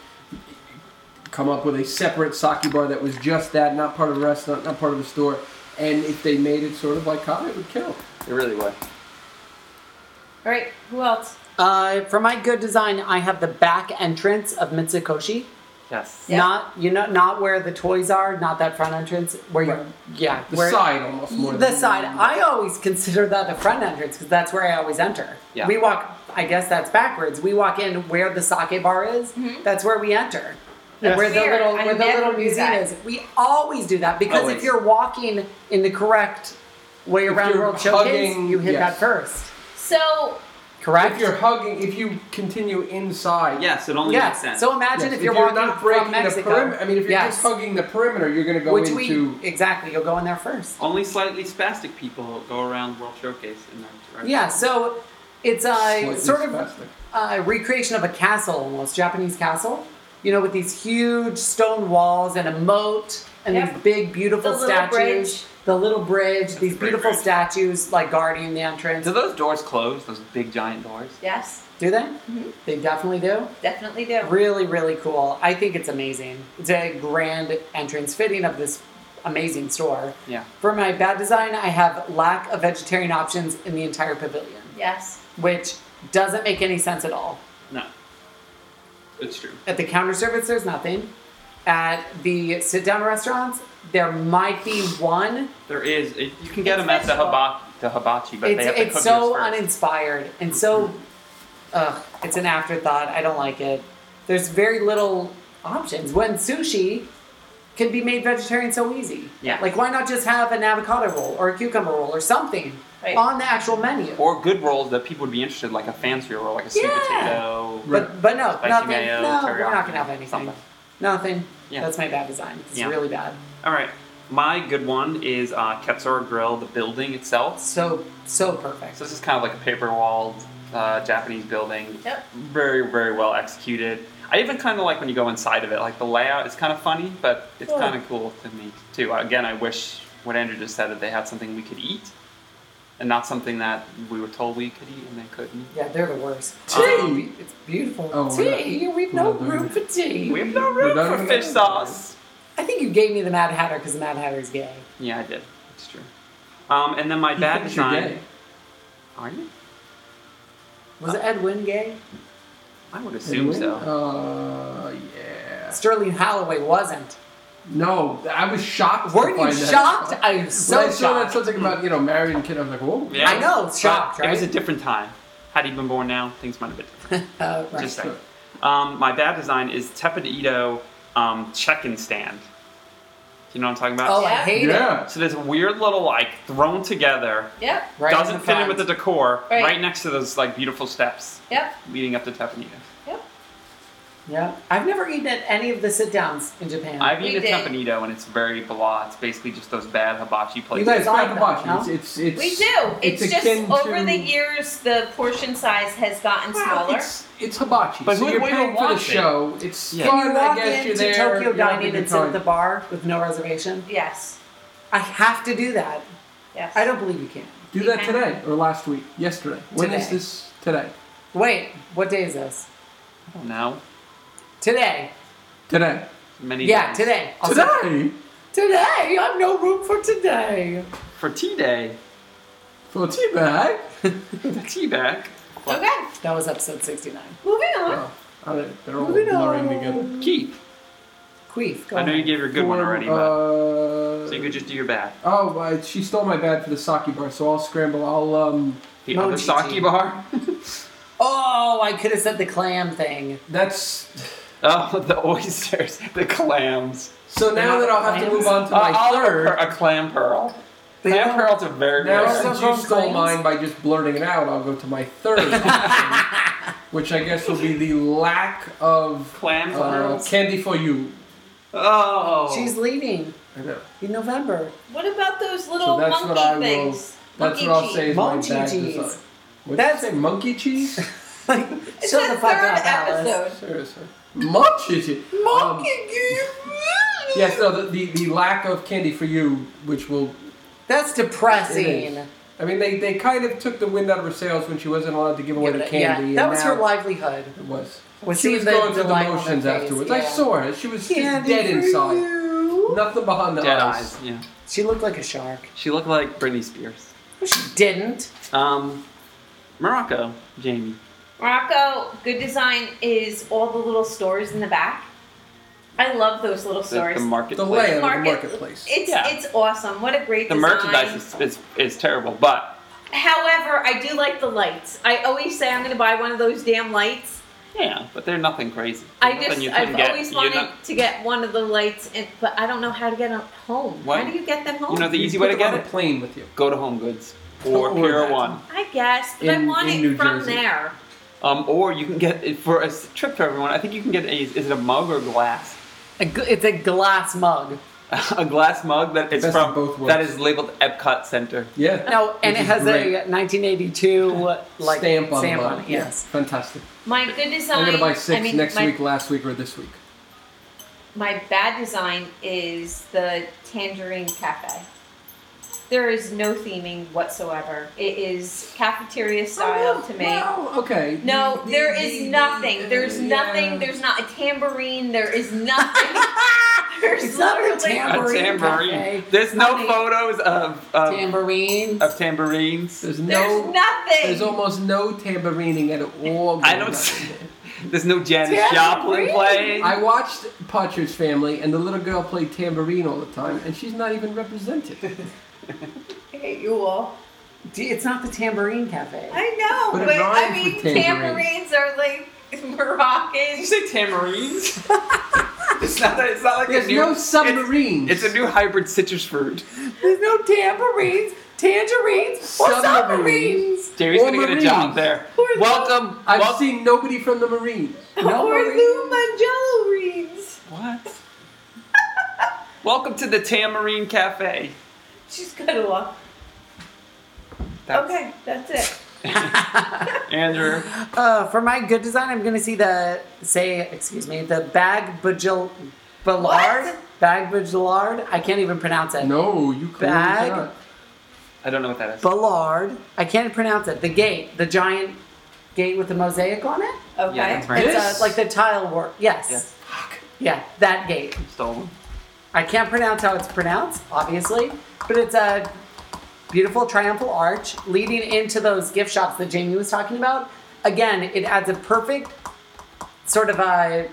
[SPEAKER 4] come up with a separate sake bar that was just that, not part of a restaurant, not part of a store. And if they made it sort of like Kava, it would kill.
[SPEAKER 2] It really would.
[SPEAKER 3] All right, who else?
[SPEAKER 1] Uh, for my good design, I have the back entrance of Mitsukoshi.
[SPEAKER 2] Yes.
[SPEAKER 3] Yeah.
[SPEAKER 1] Not you know, not where the toys are, not that front entrance where you,
[SPEAKER 4] Right.
[SPEAKER 1] yeah,
[SPEAKER 4] The
[SPEAKER 1] where,
[SPEAKER 4] side almost more
[SPEAKER 1] The
[SPEAKER 4] than
[SPEAKER 1] side. I always consider that the front entrance because that's where I always enter.
[SPEAKER 2] Yeah.
[SPEAKER 1] We walk. I guess that's backwards. We walk in where the sake bar is. That's where we enter.
[SPEAKER 2] Yes.
[SPEAKER 1] Where the
[SPEAKER 3] Mm-hmm. Weird.
[SPEAKER 1] little
[SPEAKER 3] I
[SPEAKER 1] where the
[SPEAKER 3] never
[SPEAKER 1] little
[SPEAKER 3] knew
[SPEAKER 1] museum
[SPEAKER 3] that.
[SPEAKER 1] is. We always do that because
[SPEAKER 2] Always.
[SPEAKER 1] if you're walking in the correct way
[SPEAKER 4] If
[SPEAKER 1] around
[SPEAKER 4] you're
[SPEAKER 1] World Showcase,
[SPEAKER 4] hugging-
[SPEAKER 1] you hit
[SPEAKER 4] yes.
[SPEAKER 1] that first.
[SPEAKER 3] So
[SPEAKER 1] Correct.
[SPEAKER 4] If you're hugging, if you continue inside,
[SPEAKER 2] Yes, it only makes
[SPEAKER 1] yes.
[SPEAKER 2] sense.
[SPEAKER 1] So imagine
[SPEAKER 4] Yes,
[SPEAKER 1] if you're, walking
[SPEAKER 4] not breaking
[SPEAKER 1] from
[SPEAKER 4] the
[SPEAKER 1] Mexico.
[SPEAKER 4] perimeter, I mean, if you're
[SPEAKER 1] yes.
[SPEAKER 4] just hugging the perimeter, you're going to go
[SPEAKER 1] which
[SPEAKER 4] into
[SPEAKER 1] we exactly you'll go in there first.
[SPEAKER 2] only slightly spastic people go around World Showcase in that direction.
[SPEAKER 1] Yeah, so it's a
[SPEAKER 4] slightly
[SPEAKER 1] sort of
[SPEAKER 4] spastic.
[SPEAKER 1] a recreation of a castle almost, Japanese castle, you know, with these huge stone walls and a moat and
[SPEAKER 3] Yep.
[SPEAKER 1] these big, beautiful
[SPEAKER 3] The little
[SPEAKER 1] statues.
[SPEAKER 3] bridge.
[SPEAKER 1] The little bridge, these
[SPEAKER 2] great
[SPEAKER 1] beautiful
[SPEAKER 2] bridge.
[SPEAKER 1] statues like guarding the entrance.
[SPEAKER 2] Do those doors close? Those big giant doors?
[SPEAKER 3] yes,
[SPEAKER 1] Do they?
[SPEAKER 3] Mm-hmm.
[SPEAKER 1] They definitely do.
[SPEAKER 3] definitely do.
[SPEAKER 1] Really, really cool. I think it's amazing. It's a grand entrance fitting of this amazing store.
[SPEAKER 2] Yeah.
[SPEAKER 1] For my bad design, I have lack of vegetarian options in the entire pavilion.
[SPEAKER 3] Yes.
[SPEAKER 1] which doesn't make any sense at all.
[SPEAKER 2] No. It's true.
[SPEAKER 1] At the counter service, there's nothing. At the sit down restaurants, there might be one.
[SPEAKER 2] There is. It, you can get
[SPEAKER 3] It's
[SPEAKER 2] them at the
[SPEAKER 3] vegetable.
[SPEAKER 2] hibachi, the hibachi, but they
[SPEAKER 1] it's
[SPEAKER 2] have to
[SPEAKER 1] it's
[SPEAKER 2] cook
[SPEAKER 1] so
[SPEAKER 2] yours first.
[SPEAKER 1] uninspired and so, ugh, it's an afterthought. I don't like it. There's very little options when sushi can be made vegetarian so easy.
[SPEAKER 2] Yeah.
[SPEAKER 1] Like, why not just have an avocado roll or a cucumber roll or something
[SPEAKER 3] Right.
[SPEAKER 1] on the actual menu?
[SPEAKER 2] or good rolls that people would be interested, like a fancy roll, like a sweet
[SPEAKER 1] Yeah.
[SPEAKER 2] potato.
[SPEAKER 1] But but no,
[SPEAKER 2] Spicy
[SPEAKER 1] nothing.
[SPEAKER 2] mayo,
[SPEAKER 1] no, we're not
[SPEAKER 2] teriyaki,
[SPEAKER 1] gonna have anything.
[SPEAKER 2] something.
[SPEAKER 1] Nothing.
[SPEAKER 2] Yeah.
[SPEAKER 1] That's my bad design. It's
[SPEAKER 2] Yeah.
[SPEAKER 1] really bad.
[SPEAKER 2] All right, my good one is uh, Katsura Grill, the building itself.
[SPEAKER 1] So so perfect.
[SPEAKER 2] So this is kind of like a paper walled uh, Japanese building.
[SPEAKER 3] Yep.
[SPEAKER 2] Very very well executed. I even kind of like when you go inside of it. Like the layout is kind of funny, but it's
[SPEAKER 1] Yeah.
[SPEAKER 2] kind of cool to me too. Again, I wish what Andrew just said that they had something we could eat, and not something that we were told we could eat and they couldn't.
[SPEAKER 1] Yeah, they're the worst.
[SPEAKER 4] Tea!
[SPEAKER 1] Um, it's beautiful.
[SPEAKER 4] Oh, we're not-
[SPEAKER 1] tea. We've
[SPEAKER 4] we're
[SPEAKER 1] no
[SPEAKER 4] not doing
[SPEAKER 1] room
[SPEAKER 4] it.
[SPEAKER 1] for tea.
[SPEAKER 2] We have no
[SPEAKER 4] We're
[SPEAKER 2] room
[SPEAKER 4] not
[SPEAKER 2] for
[SPEAKER 4] even
[SPEAKER 2] fish
[SPEAKER 4] gonna-
[SPEAKER 2] sauce.
[SPEAKER 1] I think you gave me the Mad Hatter because the Mad Hatter is gay.
[SPEAKER 2] Yeah, I did. It's true. Um, and then my
[SPEAKER 4] He
[SPEAKER 2] bad
[SPEAKER 4] thinks you're
[SPEAKER 2] design.
[SPEAKER 4] gay.
[SPEAKER 2] Are you?
[SPEAKER 1] Was
[SPEAKER 2] Uh,
[SPEAKER 1] Edwin gay?
[SPEAKER 2] I would assume so.
[SPEAKER 4] Uh, yeah.
[SPEAKER 1] Sterling Holloway wasn't.
[SPEAKER 4] No, I was shocked. to
[SPEAKER 1] Weren't you
[SPEAKER 4] find that.
[SPEAKER 1] shocked? I am
[SPEAKER 4] when
[SPEAKER 1] so
[SPEAKER 4] I saw that
[SPEAKER 1] shocked.
[SPEAKER 4] something about you know married and kid, I was like, oh, whoa.
[SPEAKER 2] Yeah.
[SPEAKER 1] I know, it's shocked,
[SPEAKER 2] But It was a
[SPEAKER 1] right?
[SPEAKER 2] different time. Had he been born now, things might have been different.
[SPEAKER 1] Uh, right.
[SPEAKER 2] Just saying. Um, my bad design is Tepid Ito um, check-in stand. Do you know what I'm talking
[SPEAKER 1] oh, I
[SPEAKER 2] about?
[SPEAKER 3] Yeah.
[SPEAKER 1] hate it.
[SPEAKER 4] Yeah.
[SPEAKER 2] So there's a weird little like thrown together,
[SPEAKER 3] Yep.
[SPEAKER 1] Right
[SPEAKER 2] doesn't
[SPEAKER 1] in the
[SPEAKER 2] fit in
[SPEAKER 1] front.
[SPEAKER 2] with the decor,
[SPEAKER 3] Right.
[SPEAKER 2] next to those like beautiful steps
[SPEAKER 3] Yep.
[SPEAKER 2] leading up to Tepid Ito.
[SPEAKER 3] Yep.
[SPEAKER 1] Yeah, I've never eaten at any of the sit downs in Japan.
[SPEAKER 2] I've
[SPEAKER 3] We
[SPEAKER 2] eaten
[SPEAKER 3] did.
[SPEAKER 2] Tepid Ito and it's very blah. It's basically just those bad hibachi
[SPEAKER 4] You
[SPEAKER 2] places.
[SPEAKER 4] guys,
[SPEAKER 1] like
[SPEAKER 4] bad
[SPEAKER 1] that,
[SPEAKER 4] hibachi.
[SPEAKER 1] no?
[SPEAKER 4] It's, it's, it's,
[SPEAKER 3] We do. It's, just
[SPEAKER 4] akin
[SPEAKER 3] over
[SPEAKER 4] to-
[SPEAKER 3] the years, the portion size has gotten
[SPEAKER 4] Well,
[SPEAKER 3] smaller.
[SPEAKER 4] It's, it's hibachi.
[SPEAKER 2] But
[SPEAKER 4] so
[SPEAKER 2] who-
[SPEAKER 4] you're
[SPEAKER 2] we don't
[SPEAKER 4] paying for the
[SPEAKER 2] want it.
[SPEAKER 4] show. It's
[SPEAKER 2] Yeah.
[SPEAKER 1] Can
[SPEAKER 4] fun.
[SPEAKER 1] you
[SPEAKER 4] I
[SPEAKER 1] walk
[SPEAKER 4] guess you're
[SPEAKER 1] into
[SPEAKER 4] there.
[SPEAKER 1] Tokyo
[SPEAKER 4] you're having a
[SPEAKER 1] Dining
[SPEAKER 4] good
[SPEAKER 1] and sit at
[SPEAKER 4] time.
[SPEAKER 1] the bar with no reservation?
[SPEAKER 3] Yes.
[SPEAKER 1] I have to do that.
[SPEAKER 3] Yes.
[SPEAKER 1] I don't believe you can.
[SPEAKER 4] Do that today or last week, yesterday. When is
[SPEAKER 1] Today.
[SPEAKER 4] this today?
[SPEAKER 1] Wait, what day is this?
[SPEAKER 2] I don't know.
[SPEAKER 1] Today.
[SPEAKER 4] Today.
[SPEAKER 2] Many
[SPEAKER 1] Yeah,
[SPEAKER 2] days.
[SPEAKER 1] today. I'll say-
[SPEAKER 4] Today
[SPEAKER 1] Today, I have no room for today.
[SPEAKER 2] For tea day,
[SPEAKER 4] for tea bag.
[SPEAKER 2] the tea bag.
[SPEAKER 3] Okay.
[SPEAKER 1] That was episode 69.
[SPEAKER 3] Moving on.
[SPEAKER 4] Oh, all right, they're all
[SPEAKER 1] Moving
[SPEAKER 4] blurring
[SPEAKER 1] on.
[SPEAKER 4] together.
[SPEAKER 2] Keep.
[SPEAKER 1] Queef, go
[SPEAKER 2] I know you
[SPEAKER 1] ahead.
[SPEAKER 2] gave your good one
[SPEAKER 4] For,
[SPEAKER 2] already, but
[SPEAKER 4] Uh,
[SPEAKER 2] so you could just do your bad.
[SPEAKER 4] Oh, uh, she stole my bag for the sake bar, so I'll scramble. I'll um.
[SPEAKER 2] The
[SPEAKER 1] No
[SPEAKER 2] other
[SPEAKER 1] GT.
[SPEAKER 2] sake bar.
[SPEAKER 1] Oh, I could have said the clam thing.
[SPEAKER 4] That's
[SPEAKER 2] oh, the oysters, the clams.
[SPEAKER 4] so now
[SPEAKER 1] not
[SPEAKER 4] that I'll have to
[SPEAKER 1] clams?
[SPEAKER 4] move on to
[SPEAKER 2] Uh,
[SPEAKER 4] my
[SPEAKER 2] I'll have a
[SPEAKER 4] third.
[SPEAKER 2] per- a clam pearl.
[SPEAKER 1] They
[SPEAKER 2] clam
[SPEAKER 1] don't-
[SPEAKER 2] pearls are very
[SPEAKER 4] Now
[SPEAKER 1] They're so
[SPEAKER 2] good.
[SPEAKER 4] since you
[SPEAKER 1] called
[SPEAKER 4] stole
[SPEAKER 1] clams.
[SPEAKER 4] mine by just blurting it out, I'll go to my third, option, which I guess will be the lack of
[SPEAKER 2] clam
[SPEAKER 4] uh,
[SPEAKER 2] pearls.
[SPEAKER 4] candy for you.
[SPEAKER 2] oh,
[SPEAKER 1] She's leaving
[SPEAKER 4] I know.
[SPEAKER 1] in November.
[SPEAKER 3] What about those
[SPEAKER 4] So
[SPEAKER 3] little
[SPEAKER 4] that's
[SPEAKER 3] monkey
[SPEAKER 4] what I will.
[SPEAKER 3] things?
[SPEAKER 4] That's what I'll
[SPEAKER 3] Monkey
[SPEAKER 4] say is
[SPEAKER 1] cheese.
[SPEAKER 4] my bad
[SPEAKER 1] Monkey cheese.
[SPEAKER 4] design. What
[SPEAKER 1] That's-
[SPEAKER 4] that's say, monkey cheese.
[SPEAKER 1] Like,
[SPEAKER 3] It's
[SPEAKER 1] shut
[SPEAKER 3] the
[SPEAKER 1] the fuck
[SPEAKER 3] third
[SPEAKER 1] up, Alice.
[SPEAKER 3] episode.
[SPEAKER 4] Seriously, monkey cheese. Um, yes, no, the, the the lack of candy for you, which will.
[SPEAKER 1] That's
[SPEAKER 4] It
[SPEAKER 1] depressing.
[SPEAKER 4] is. I mean, they, they kind of took the wind out of her sails when she wasn't allowed to give away the
[SPEAKER 1] Yeah,
[SPEAKER 4] candy. and
[SPEAKER 1] that was
[SPEAKER 4] now
[SPEAKER 1] her livelihood.
[SPEAKER 4] It was.
[SPEAKER 1] Was
[SPEAKER 4] She
[SPEAKER 1] he
[SPEAKER 4] was
[SPEAKER 1] the-
[SPEAKER 4] going through the
[SPEAKER 1] light on her
[SPEAKER 4] motions
[SPEAKER 1] face?
[SPEAKER 4] afterwards. I
[SPEAKER 1] Yeah.
[SPEAKER 4] saw her. She was just
[SPEAKER 1] Candy
[SPEAKER 4] dead
[SPEAKER 1] for
[SPEAKER 4] inside.
[SPEAKER 1] you.
[SPEAKER 4] Nothing behind the
[SPEAKER 2] Dead
[SPEAKER 4] eyes.
[SPEAKER 2] eyes. Yeah.
[SPEAKER 1] She looked like a shark.
[SPEAKER 2] She looked like Britney Spears.
[SPEAKER 1] No, She didn't.
[SPEAKER 2] Um, Morocco, Jamie.
[SPEAKER 3] Morocco, good design is all the little stores in the back. I love those little
[SPEAKER 2] The,
[SPEAKER 3] stores.
[SPEAKER 2] the marketplace.
[SPEAKER 4] The layout.
[SPEAKER 3] Market-
[SPEAKER 4] marketplace.
[SPEAKER 3] It's
[SPEAKER 2] Yeah.
[SPEAKER 3] it's awesome. What a great
[SPEAKER 2] The
[SPEAKER 3] design.
[SPEAKER 2] merchandise is, is, is terrible, but
[SPEAKER 3] However, I do like the lights. I always say I'm going to buy one of those damn lights.
[SPEAKER 2] yeah, but they're nothing crazy.
[SPEAKER 3] I
[SPEAKER 2] Nothing
[SPEAKER 3] just
[SPEAKER 2] you couldn't
[SPEAKER 3] I've
[SPEAKER 2] get.
[SPEAKER 3] always
[SPEAKER 2] You're
[SPEAKER 3] wanted
[SPEAKER 2] not-
[SPEAKER 3] to get one of the lights, and, but I don't know how to get them home.
[SPEAKER 2] What?
[SPEAKER 3] How do you get them home?
[SPEAKER 2] you know the
[SPEAKER 4] You
[SPEAKER 2] easy
[SPEAKER 4] put
[SPEAKER 2] way to
[SPEAKER 4] them
[SPEAKER 2] get
[SPEAKER 4] on
[SPEAKER 2] it.
[SPEAKER 4] a plane with you.
[SPEAKER 2] Go to Home Goods or
[SPEAKER 4] Or
[SPEAKER 2] Pier
[SPEAKER 4] that.
[SPEAKER 2] One.
[SPEAKER 3] I guess, but I
[SPEAKER 4] In-
[SPEAKER 3] want
[SPEAKER 4] in
[SPEAKER 3] it
[SPEAKER 4] New
[SPEAKER 3] from
[SPEAKER 4] Jersey.
[SPEAKER 3] there.
[SPEAKER 2] Um, or you can get it for a s- trip for everyone. I think you can get a is it a mug or glass?
[SPEAKER 1] A gl- it's a glass mug.
[SPEAKER 2] a glass mug that is
[SPEAKER 4] Best of
[SPEAKER 2] from
[SPEAKER 4] both worlds.
[SPEAKER 2] that is labeled Epcot Center.
[SPEAKER 4] Yeah.
[SPEAKER 1] No, and
[SPEAKER 4] Which
[SPEAKER 1] it
[SPEAKER 4] is
[SPEAKER 1] has
[SPEAKER 4] great.
[SPEAKER 1] a 1982 like
[SPEAKER 4] stamp on the bottom.
[SPEAKER 1] it. Yes.
[SPEAKER 4] Yeah, Fantastic.
[SPEAKER 3] My good design.
[SPEAKER 4] I'm gonna buy six
[SPEAKER 3] I mean,
[SPEAKER 4] next
[SPEAKER 3] my,
[SPEAKER 4] week, last week, or this week.
[SPEAKER 3] My bad design is the Tangerine Cafe. There is no theming whatsoever. It is cafeteria style
[SPEAKER 1] Oh,
[SPEAKER 3] to me.
[SPEAKER 4] Well, okay.
[SPEAKER 3] No, there is nothing. There's nothing. There's not a tambourine. There is nothing. There's
[SPEAKER 1] It's not a
[SPEAKER 3] literally-
[SPEAKER 2] A
[SPEAKER 1] Tambourine
[SPEAKER 2] tambourine.
[SPEAKER 1] cafe.
[SPEAKER 2] There's no
[SPEAKER 3] Honey.
[SPEAKER 2] photos of of,
[SPEAKER 1] Tambourines.
[SPEAKER 2] of tambourines.
[SPEAKER 4] There's
[SPEAKER 3] There's
[SPEAKER 4] no.
[SPEAKER 3] nothing.
[SPEAKER 4] There's almost no tambourining at all.
[SPEAKER 2] I
[SPEAKER 4] going on.
[SPEAKER 2] don't. See, there's no Janis
[SPEAKER 1] Tambourine.
[SPEAKER 2] Joplin playing.
[SPEAKER 4] I watched Partridge Family, and the little girl played tambourine all the time, and she's not even represented.
[SPEAKER 3] I hate you all.
[SPEAKER 1] D- It's not the Tambourine Cafe.
[SPEAKER 3] I know,
[SPEAKER 4] But
[SPEAKER 3] but,
[SPEAKER 4] it
[SPEAKER 3] I
[SPEAKER 4] rhymes
[SPEAKER 3] mean,
[SPEAKER 4] with tambourine.
[SPEAKER 3] tambourines are like
[SPEAKER 2] Did you
[SPEAKER 3] Moroccan.
[SPEAKER 2] say tambourines? it's not that. It's not like
[SPEAKER 4] There's
[SPEAKER 2] a new,
[SPEAKER 4] no
[SPEAKER 2] it's-
[SPEAKER 4] submarines.
[SPEAKER 2] It's, a new hybrid citrus fruit.
[SPEAKER 1] There's no tambourines, tangerines, or
[SPEAKER 4] Submarines.
[SPEAKER 1] submarines.
[SPEAKER 2] Jerry's
[SPEAKER 4] Or
[SPEAKER 2] gonna get a job
[SPEAKER 4] marines.
[SPEAKER 2] there.
[SPEAKER 1] Who are
[SPEAKER 2] Welcome.
[SPEAKER 4] I've
[SPEAKER 2] wel-
[SPEAKER 4] seen nobody from the Marines.
[SPEAKER 1] No
[SPEAKER 3] or
[SPEAKER 1] marines.
[SPEAKER 3] Lou Mangello's.
[SPEAKER 2] What? Welcome to the Tamarine Cafe.
[SPEAKER 3] She's got to walk.
[SPEAKER 2] That's
[SPEAKER 3] Okay, that's it.
[SPEAKER 2] Andrew.
[SPEAKER 1] Uh, for my good design, I'm gonna see the say, excuse me, the bag bajil, billard,
[SPEAKER 3] What?
[SPEAKER 1] bag bajillard. I can't even pronounce it.
[SPEAKER 4] No, you clearly
[SPEAKER 1] Bag.
[SPEAKER 4] cannot.
[SPEAKER 2] I don't know what that is.
[SPEAKER 1] Ballard. I can't pronounce it. The gate, the giant gate with the mosaic on it.
[SPEAKER 3] Okay.
[SPEAKER 2] Yeah, that's right.
[SPEAKER 1] It's uh,
[SPEAKER 4] This?
[SPEAKER 1] like the tile work. Yes.
[SPEAKER 2] Yes.
[SPEAKER 1] Yeah, that gate.
[SPEAKER 2] Stolen.
[SPEAKER 1] I can't pronounce how it's pronounced, obviously, but it's a beautiful triumphal arch leading into those gift shops that Jamie was talking about. Again, it adds a perfect sort of a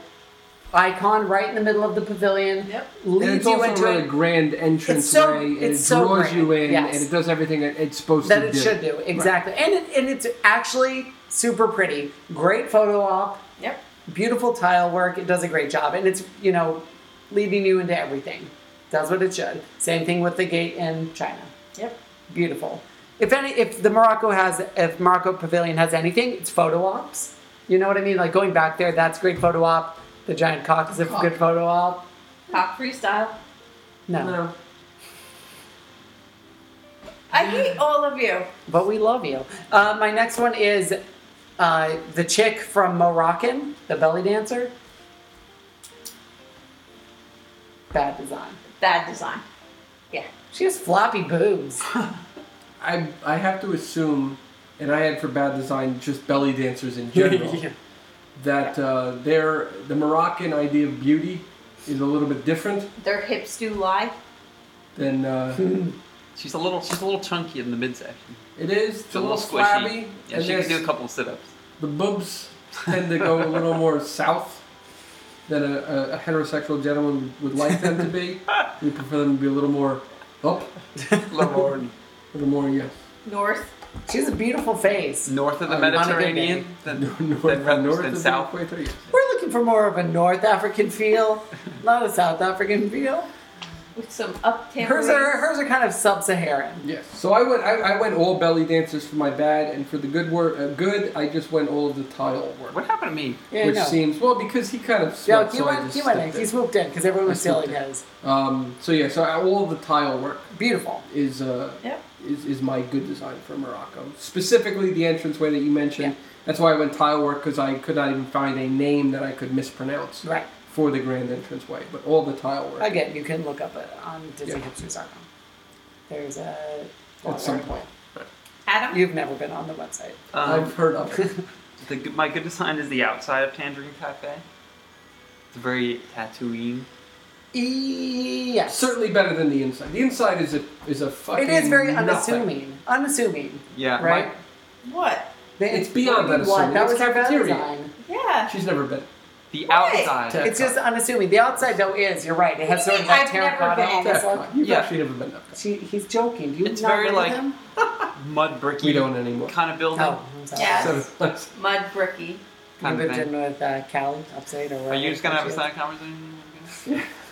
[SPEAKER 1] icon right in the middle of the pavilion.
[SPEAKER 3] Yep.
[SPEAKER 1] Leads
[SPEAKER 4] And it's
[SPEAKER 1] you
[SPEAKER 4] also a
[SPEAKER 1] into
[SPEAKER 4] really
[SPEAKER 1] it
[SPEAKER 4] grand entrance
[SPEAKER 1] so-
[SPEAKER 4] way, and
[SPEAKER 1] it's
[SPEAKER 4] it
[SPEAKER 1] so
[SPEAKER 4] draws
[SPEAKER 1] grand,
[SPEAKER 4] you in,
[SPEAKER 1] yes.
[SPEAKER 4] and it does everything that it's supposed
[SPEAKER 1] that
[SPEAKER 4] to
[SPEAKER 1] it
[SPEAKER 4] do.
[SPEAKER 1] should do exactly, and it, and it's actually super pretty. Great photo op,
[SPEAKER 3] Yep.
[SPEAKER 1] beautiful tile work. It does a great job, and it's you know leading you into everything. Does what it should. Same thing with the gate in China.
[SPEAKER 3] Yep.
[SPEAKER 1] beautiful. If any, if the Morocco has, if Morocco Pavilion has anything, it's photo ops. You know what I mean? Like going back there, that's great photo op. The giant cock is a
[SPEAKER 4] Cock.
[SPEAKER 1] good photo op.
[SPEAKER 3] Pop freestyle.
[SPEAKER 1] No.
[SPEAKER 4] No.
[SPEAKER 3] I hate all of you.
[SPEAKER 1] but we love you. Uh, my next one is uh, the chick from Moroccan, the belly dancer. Bad design.
[SPEAKER 3] Bad design. Yeah.
[SPEAKER 1] She has floppy boobs.
[SPEAKER 4] I I have to assume, and I had for bad design just belly dancers in general, that uh, their the Moroccan idea of beauty is a little bit different
[SPEAKER 3] Their hips do lie.
[SPEAKER 4] than uh,
[SPEAKER 2] She's a little she's a little chunky in the midsection.
[SPEAKER 4] it is. It's a little flabby,
[SPEAKER 2] Yeah,
[SPEAKER 4] and
[SPEAKER 2] she can
[SPEAKER 4] there's-
[SPEAKER 2] do a couple sit ups.
[SPEAKER 4] the boobs tend to go a little more south than a, a, a heterosexual gentleman would like them to be. We prefer them to be a little more up, a little more yes.
[SPEAKER 3] North.
[SPEAKER 1] She has a beautiful face.
[SPEAKER 2] North of the
[SPEAKER 4] Uh,
[SPEAKER 2] Mediterranean. Than,
[SPEAKER 4] North,
[SPEAKER 2] than,
[SPEAKER 4] north,
[SPEAKER 2] rather than
[SPEAKER 4] of
[SPEAKER 2] south.
[SPEAKER 4] halfway through, yes.
[SPEAKER 1] We're looking for more of a North African feel, not a South African feel.
[SPEAKER 3] With some
[SPEAKER 1] Hers
[SPEAKER 3] up tambourines.
[SPEAKER 1] are hers are kind of sub-Saharan.
[SPEAKER 4] Yes. So I went. I, I went all belly dancers for my bad, and for the good work, uh, good, I just went all of the tile work,
[SPEAKER 2] What happened to me?
[SPEAKER 1] Yeah,
[SPEAKER 4] which
[SPEAKER 1] no.
[SPEAKER 4] seems well because he kind of
[SPEAKER 1] Yo,
[SPEAKER 4] sweats,
[SPEAKER 1] he
[SPEAKER 4] so I
[SPEAKER 1] went,
[SPEAKER 4] just
[SPEAKER 1] he went in.
[SPEAKER 4] stepped
[SPEAKER 1] He
[SPEAKER 4] in.
[SPEAKER 1] swooped in because everyone was
[SPEAKER 4] I swooped
[SPEAKER 1] stealing
[SPEAKER 4] in.
[SPEAKER 1] his.
[SPEAKER 4] Um. So yeah. So I, all of the tile work
[SPEAKER 1] Beautiful.
[SPEAKER 4] is uh
[SPEAKER 3] Yep.
[SPEAKER 4] is, is my good design for Morocco. Specifically, the entranceway that you mentioned. That's why I went tile work because I could not even find a name that I could mispronounce
[SPEAKER 1] Right.
[SPEAKER 4] for the grand entranceway. But all the tile work.
[SPEAKER 1] Again, you can look up it on
[SPEAKER 4] Yeah.
[SPEAKER 1] DisneyHipsters.com. There's a.
[SPEAKER 4] At some point.
[SPEAKER 3] Adam.
[SPEAKER 1] You've never been on the website.
[SPEAKER 2] Um,
[SPEAKER 4] I've heard of it.
[SPEAKER 2] The, good- my good design is the outside of Tangerine Cafe. It's very Tatooine.
[SPEAKER 1] Yes.
[SPEAKER 4] Certainly better than the inside. The inside is a is a fucking.
[SPEAKER 1] It is very
[SPEAKER 4] nothing.
[SPEAKER 1] unassuming. Unassuming.
[SPEAKER 2] Yeah,
[SPEAKER 1] Right?
[SPEAKER 2] my-
[SPEAKER 3] What?
[SPEAKER 1] They-
[SPEAKER 4] It's beyond
[SPEAKER 1] What?
[SPEAKER 4] unassuming.
[SPEAKER 1] That
[SPEAKER 4] It's
[SPEAKER 1] was our bad
[SPEAKER 4] cafeteria.
[SPEAKER 1] design.
[SPEAKER 3] Yeah.
[SPEAKER 4] She's never been.
[SPEAKER 2] the
[SPEAKER 3] Right.
[SPEAKER 2] outside.
[SPEAKER 4] Tech
[SPEAKER 1] It's just unassuming. The outside though is. You're right. It has
[SPEAKER 3] do you
[SPEAKER 1] sort of
[SPEAKER 3] mean
[SPEAKER 1] that
[SPEAKER 3] I've never been?
[SPEAKER 1] terracotta.
[SPEAKER 4] Defcon. You've
[SPEAKER 2] Yeah.
[SPEAKER 4] actually never been to Defcon.
[SPEAKER 1] She, he's joking. Do you
[SPEAKER 2] It's
[SPEAKER 1] not
[SPEAKER 2] very,
[SPEAKER 1] know
[SPEAKER 2] like-
[SPEAKER 1] him?
[SPEAKER 2] Mud bricky
[SPEAKER 4] We don't anymore.
[SPEAKER 2] kind of building.
[SPEAKER 1] Oh, I'm sorry.
[SPEAKER 3] Yeah.
[SPEAKER 4] So,
[SPEAKER 3] Mud bricky.
[SPEAKER 1] You
[SPEAKER 2] Kind of
[SPEAKER 1] lived
[SPEAKER 2] thing.
[SPEAKER 1] in with uh, Callie upstate or
[SPEAKER 2] Are you just gonna have a
[SPEAKER 1] wherever
[SPEAKER 2] side conversation?